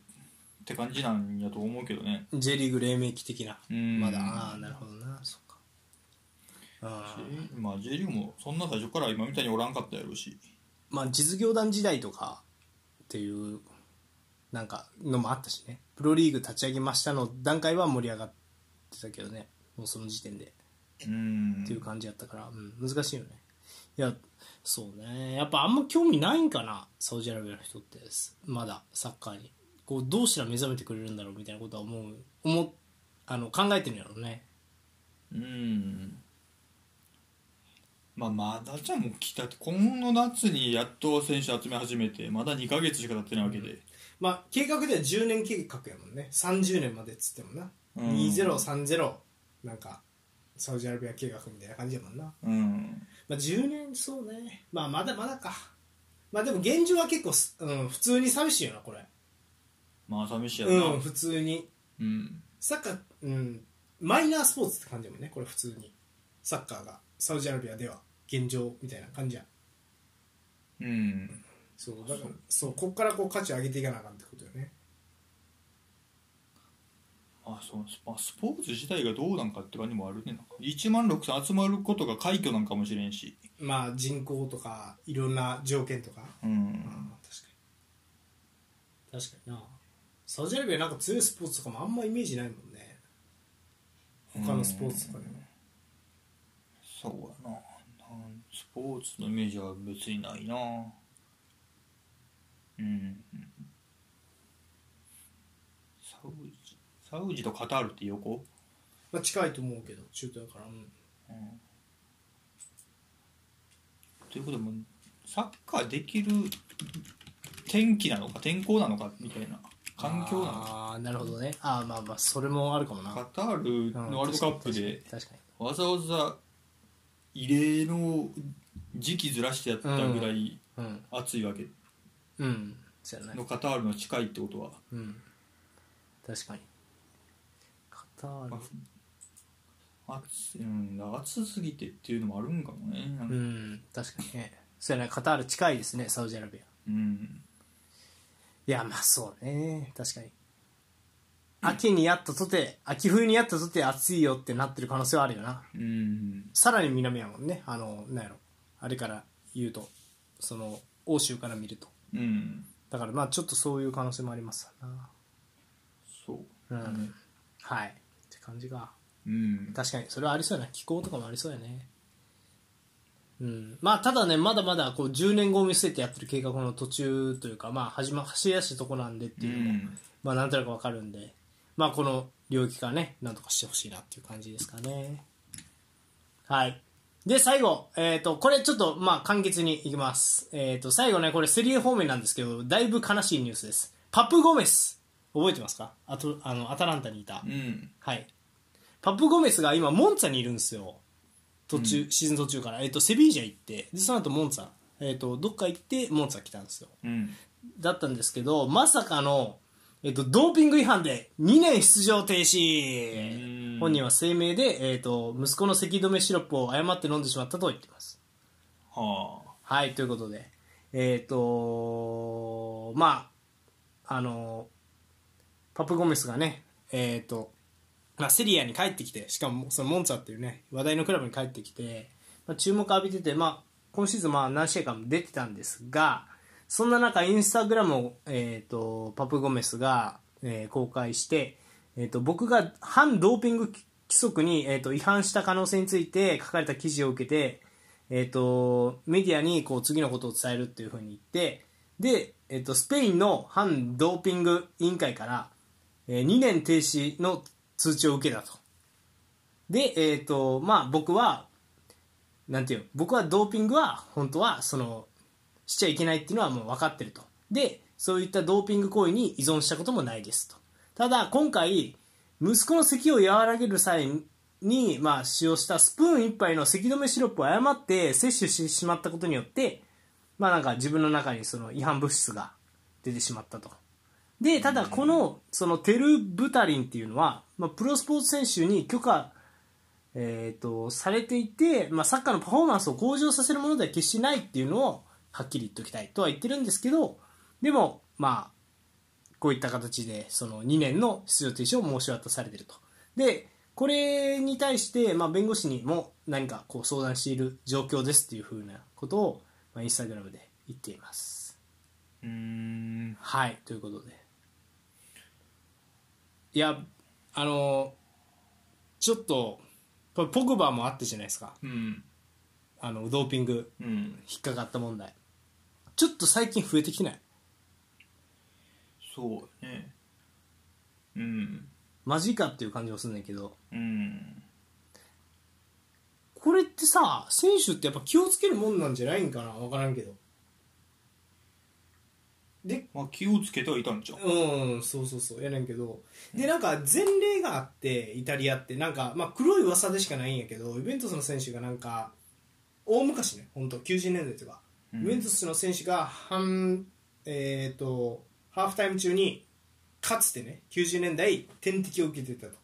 って感じなんやと思うけどね J リーグ黎明期的なうんまだああなるほどなそっかあーしまあ J リーグもそんな最初から今みたいにおらんかったやろうしまあ実業団時代とかっていうなんかのもあったしねプロリーグ立ち上げましたの段階は盛り上がってたけどねもうその時点でうんっていう感じやったから、うん、難しいよねいやそうねやっぱあんま興味ないんかなサウジアラビアの人ってまだサッカーにこうどうしたら目覚めてくれるんだろうみたいなことは思う思っあの考えてるんやろうねうんまあまだじゃあもう来たって今の夏にやっと選手集め始めてまだ2ヶ月しか経ってないわけで、まあ、計画では10年計画やもんね30年までっつってもな、うん2030なんかサウジアラビア計画みたいな感じやもんな、うんまあ、10年そうねまあまだまだかまあでも現状は結構す、うん、普通に寂しいよなこれまあ寂しいやなうん普通にうんサッカーうんマイナースポーツって感じやもんねこれ普通にサッカーがサウジアラビアでは現状みたいな感じやうんそうだからそうこっからこう価値を上げていかなあかんってことよねまあそうまあ、スポーツ自体がどうなんかって感じもあるねなんか1万6000集まることが快挙なんかもしれんしまあ人口とかいろんな条件とかうん確かに確かになサウジアラビアなんか強いスポーツとかもあんまイメージないもんね他のスポーツとかでもそうやななんスポーツのイメージは別にないなうんサウジサウジとカタールって横まあ、近いと思うけど中東だから、うんということでもうサッカーできる天気なのか天候なのかみたいな環境なのかああなるほどねああまあまあそれもあるかもなカタールのワールドカップで確かにわざわざ異例の時期ずらしてやったぐらい確かに暑いわけうんうんそうやねのカタールの近いってことは、うん確かにカタールまあ、暑うんだから暑すぎてっていうのもあるんかもねなんかうん確かにねそうやねカタール近いですねサウジアラビアうんいやまあそうね確かに秋にやったとて秋冬にやったとて暑いよってなってる可能性はあるよなうんさらに南やもんねあのなんやろあれから言うとその欧州から見るとうんだからまあちょっとそういう可能性もありますわそうなうん、はいって感じがうん確かにそれはありそうやな気候とかもありそうやねうんまあ、ただね、まだまだこう10年後を見据えてやってる計画の途中というか、まあ、始ま走り出したとこなんでってういうのも、んまあ、なんとなくわかるんで、まあ、この領域からね、なんとかしてほしいなっていう感じですかね。はい。で、最後、えっ、と、これちょっと、まあ、簡潔にいきます。えっ、と、最後ね、これセリエ方面なんですけど、だいぶ悲しいニュースです。パプ・ゴメス、覚えてますかあと、あの、アタランタにいた。うんはい。パプ・ゴメスが今、モンツァにいるんですよ。途中、シーズン途中から。えっ、と、セビージャ行って、で、その後モンツァ。えっ、と、どっか行って、モンツァ来たんですよ。うんだったんですけど、まさかの、えっと、ドーピング違反で2年出場停う止ん本人は声明で、えっと、息子の咳止めシロップを誤って飲んでしまったと言ってます。はあはい、ということで、えっ、と、まあ、あの、パプゴメスがね、えっ、と、まあ、セリアに帰ってきて、しかもそのモンツァっていうね、話題のクラブに帰ってきて、まあ、注目浴びてて、まあ、今シーズンまあ何試合かも出てたんですが、そんな中、インスタグラムを、えー、とパプ・ゴメスが、えー公開して、えーと、僕が反ドーピング規則に、えー、と違反した可能性について書かれた記事を受けて、えー、とメディアにこう次のことを伝えるっていうふうに言って、で、えー、とスペインの反ドーピング委員会から、え2年停止の通知を受けたと。で、えっ、と、まあ僕は、なんていうの僕はドーピングは本当はそのしちゃいけないっていうのはもう分かってるとでそういったドーピング行為に依存したこともないですとただ今回息子の咳を和らげる際に、まあ、使用したスプーン1杯の咳止めシロップを誤って摂取してしまったことによって、まあ、なんか自分の中にその違反物質が出てしまったとでただこのそのテルブタリンっていうのは、まあ、プロスポーツ選手に許可えー、とされていて、まあ、サッカーのパフォーマンスを向上させるものでは決してないっていうのをはっきり言っておきたいとは言ってるんですけどでも、まあ、こういった形でその2年の出場停止を申し渡されているとでこれに対して、まあ、弁護士にも何かこう相談している状況ですっていうふうなことを、まあ、インスタグラムで言っています。うーんはいということでいやあのちょっとポポグバもあってじゃないですかうんあのドーピングうん引っかかった問題ちょっと最近増えてきてないそうねうんマジかっていう感じもするんだけどうんこれってさ選手ってやっぱ気をつけるもんなんじゃないんかな分からんけどでまあ気をつけてはいたんじゃんうんそうそうそうやねんけどでなんか前例があってイタリアってなんか、まあ、黒い噂でしかないんやけどイベントスの選手がなんか大昔ね本当90年代とか、うんイベントスの選手が半えっ、とハーフタイム中にかつてね90年代点滴を受けてたとか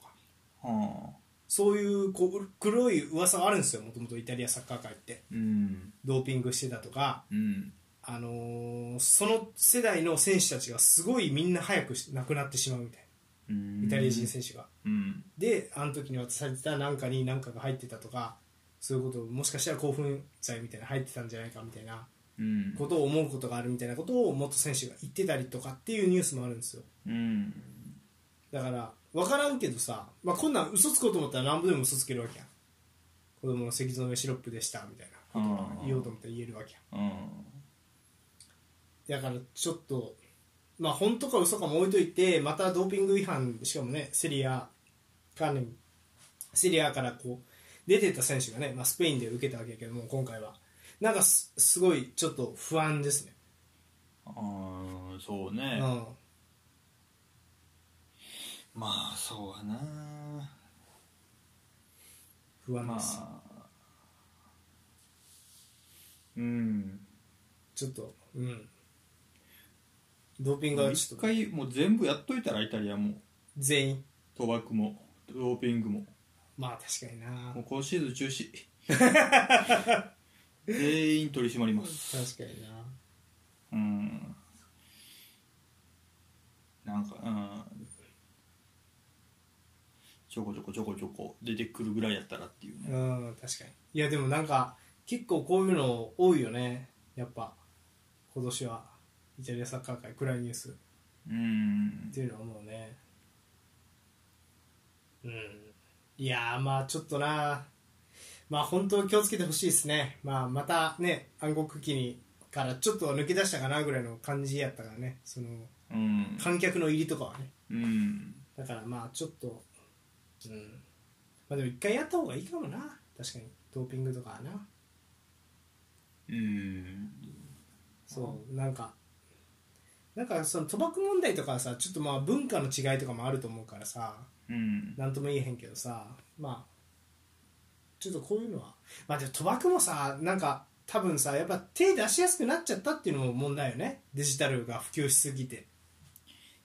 はあそういうこう黒い噂はあるんですよもともとイタリアサッカー界ってうんドーピングしてたとかうんあのーその世代の選手たちがすごいみんな早く亡くなってしまうみたいなうんイタリア人選手が、うんであの時に渡されてた何かに何かが入ってたとかそういうことをもしかしたら興奮剤みたいなの入ってたんじゃないかみたいなうんことを思うことがあるみたいなことを元選手が言ってたりとかっていうニュースもあるんですようんだから分からんけどさ、まあ、こんなん嘘つこうと思ったら何ぼでも嘘つけるわけやん子供の咳止めシロップでしたみたいなことが言おうと思ったら言えるわけやんうんだからちょっとまあ本当か嘘かも置いといてまたドーピング違反しかもねセリア関連セリアからこう出てた選手がね、まあ、スペインで受けたわけやけども今回はなんかすすごいちょっと不安ですね、ああそううね、ん、まあそうやな不安まです、あうんちょっとうんドーピングはち一ょっと回もう全部やっといたらイタリアも全員賭博もドーピングもまあ確かになもう今シーズン中 (laughs) 止全員取り締まります確かになうんなんかうんちょこちょこちょこちょこ出てくるぐらいやったらっていうねうん確かにいやでもなんか結構こういうの多いよねやっぱ今年はイタリアサッカー界暗いニュースっうんていうのはもうねうんいやーまあちょっとなまあ本当に気をつけてほしいですね、まあ、またね暗黒期にからちょっと抜け出したかなぐらいの感じやったからねそのうん観客の入りとかはねうんだからまあちょっとうんまあでも一回やった方がいいかもな確かにドーピングとかはなうんそうなんかなんかその賭博問題とかはさちょっとまあ文化の違いとかもあると思うからさうんなんとも言えへんけどさまあちょっとこういうのはまあでも賭博もさなんか多分さやっぱ手出しやすくなっちゃったっていうのも問題よねデジタルが普及しすぎて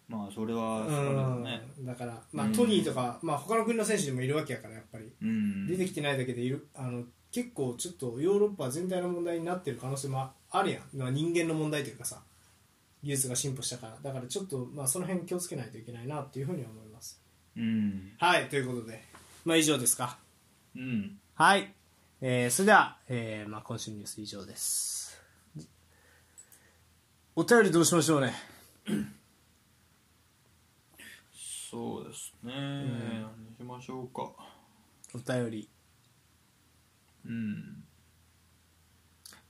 まあそれはそうだようんねだからまあうんトニーとかまあ他の国の選手でもいるわけやからやっぱりうん出てきてないだけでいるあの結構ちょっとヨーロッパ全体の問題になってる可能性もあるやん、まあ、人間の問題というかさ技術が進歩したからだからちょっと、まあ、その辺気をつけないといけないなっていうふうには思いますうんはいということでまあ以上ですかうんはい、えーそれでは、えーまあ、今週のニュース以上ですお便りどうしましょうねそうですね、何しましょうおか便りうん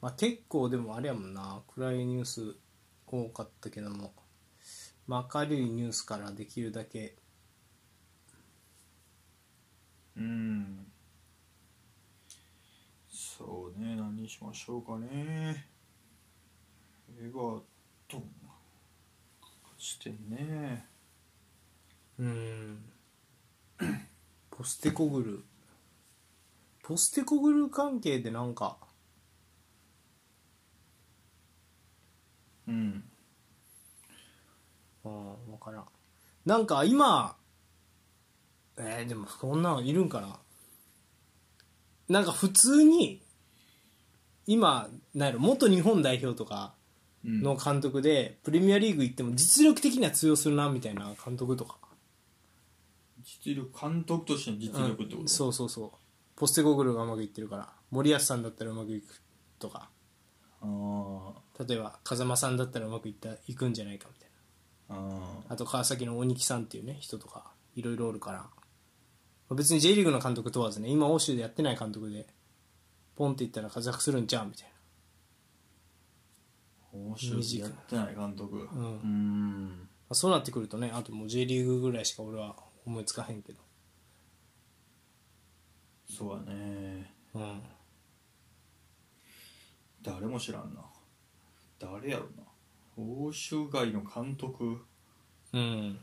まあ、結構でもあれやもんな暗いニュース多かったけども、まあ、明るいニュースからできるだけうんそうね何にしましょうかねエバートン勝ち点ねうーんポステコグルポステコグル関係でなんかうんうん分からんなんか今えー、でもそんなのいるんかななんか普通に今なんやろ元日本代表とかうんの監督でプレミアリーグ行っても実力的には通用するなみたいな監督とか実力監督としての実力ってこと、うんそうそうそうポステゴグルがうまくいってるから森保さんだったらうまくいくとかあ例えば風間さんだったらうまくいったいくんじゃないかみたいああなあと川崎の鬼木さんっていうね人とかいろいろおるからまあ別に J リーグの監督問わずね今欧州でやってない監督でポンっていったら活躍するんちゃうみたい面白いやってない監督うんな、んまあそうなってくるとねあともう J リーグぐらいしか俺は思いつかへんけどそうだねうん誰も知らんな誰やろな欧州外の監督うん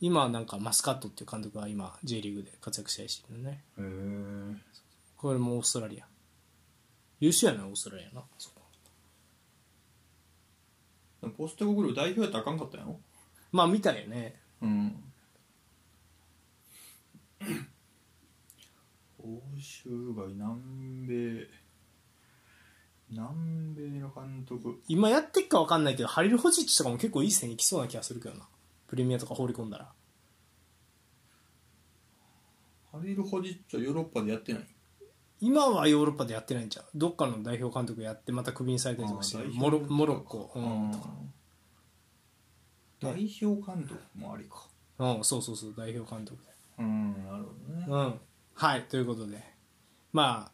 今なんかマスカットっていう監督が今 J リーグで活躍したりしてるねへえこれもオーストラリア優秀やなオーストラリアなそこポステゴグルー代表やったらあかんかったんやろまあ見たよねうん (coughs) 欧州外南米南米の監督今やってっか分かんないけどハリル・ホジッチとかも結構いい線いきそうな気がするけどなプレミアとか放り込んだらハリル・ホジッチはヨーロッパでやってない今はヨーロッパでやってないんちゃうどっかの代表監督やってまたクビにされたりとかしてあるー代モ表ロモロッコ、ううんんとか代表監督もありかうん、そうそうそう代表監督でうんなるほどねうんはいということでまあ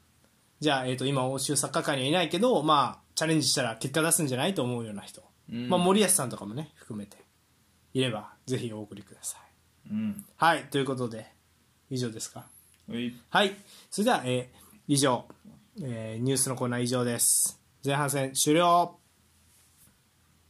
じゃあ、えー、と今欧州サッカー界にはいないけど、まあ、チャレンジしたら結果出すんじゃないと思うような人、うんまあ、森保さんとかもね含めていればぜひお送りくださいうんはいということで以上ですかはいはいそれでは、えー以上、えーニュースのコーナー以上です前半戦終了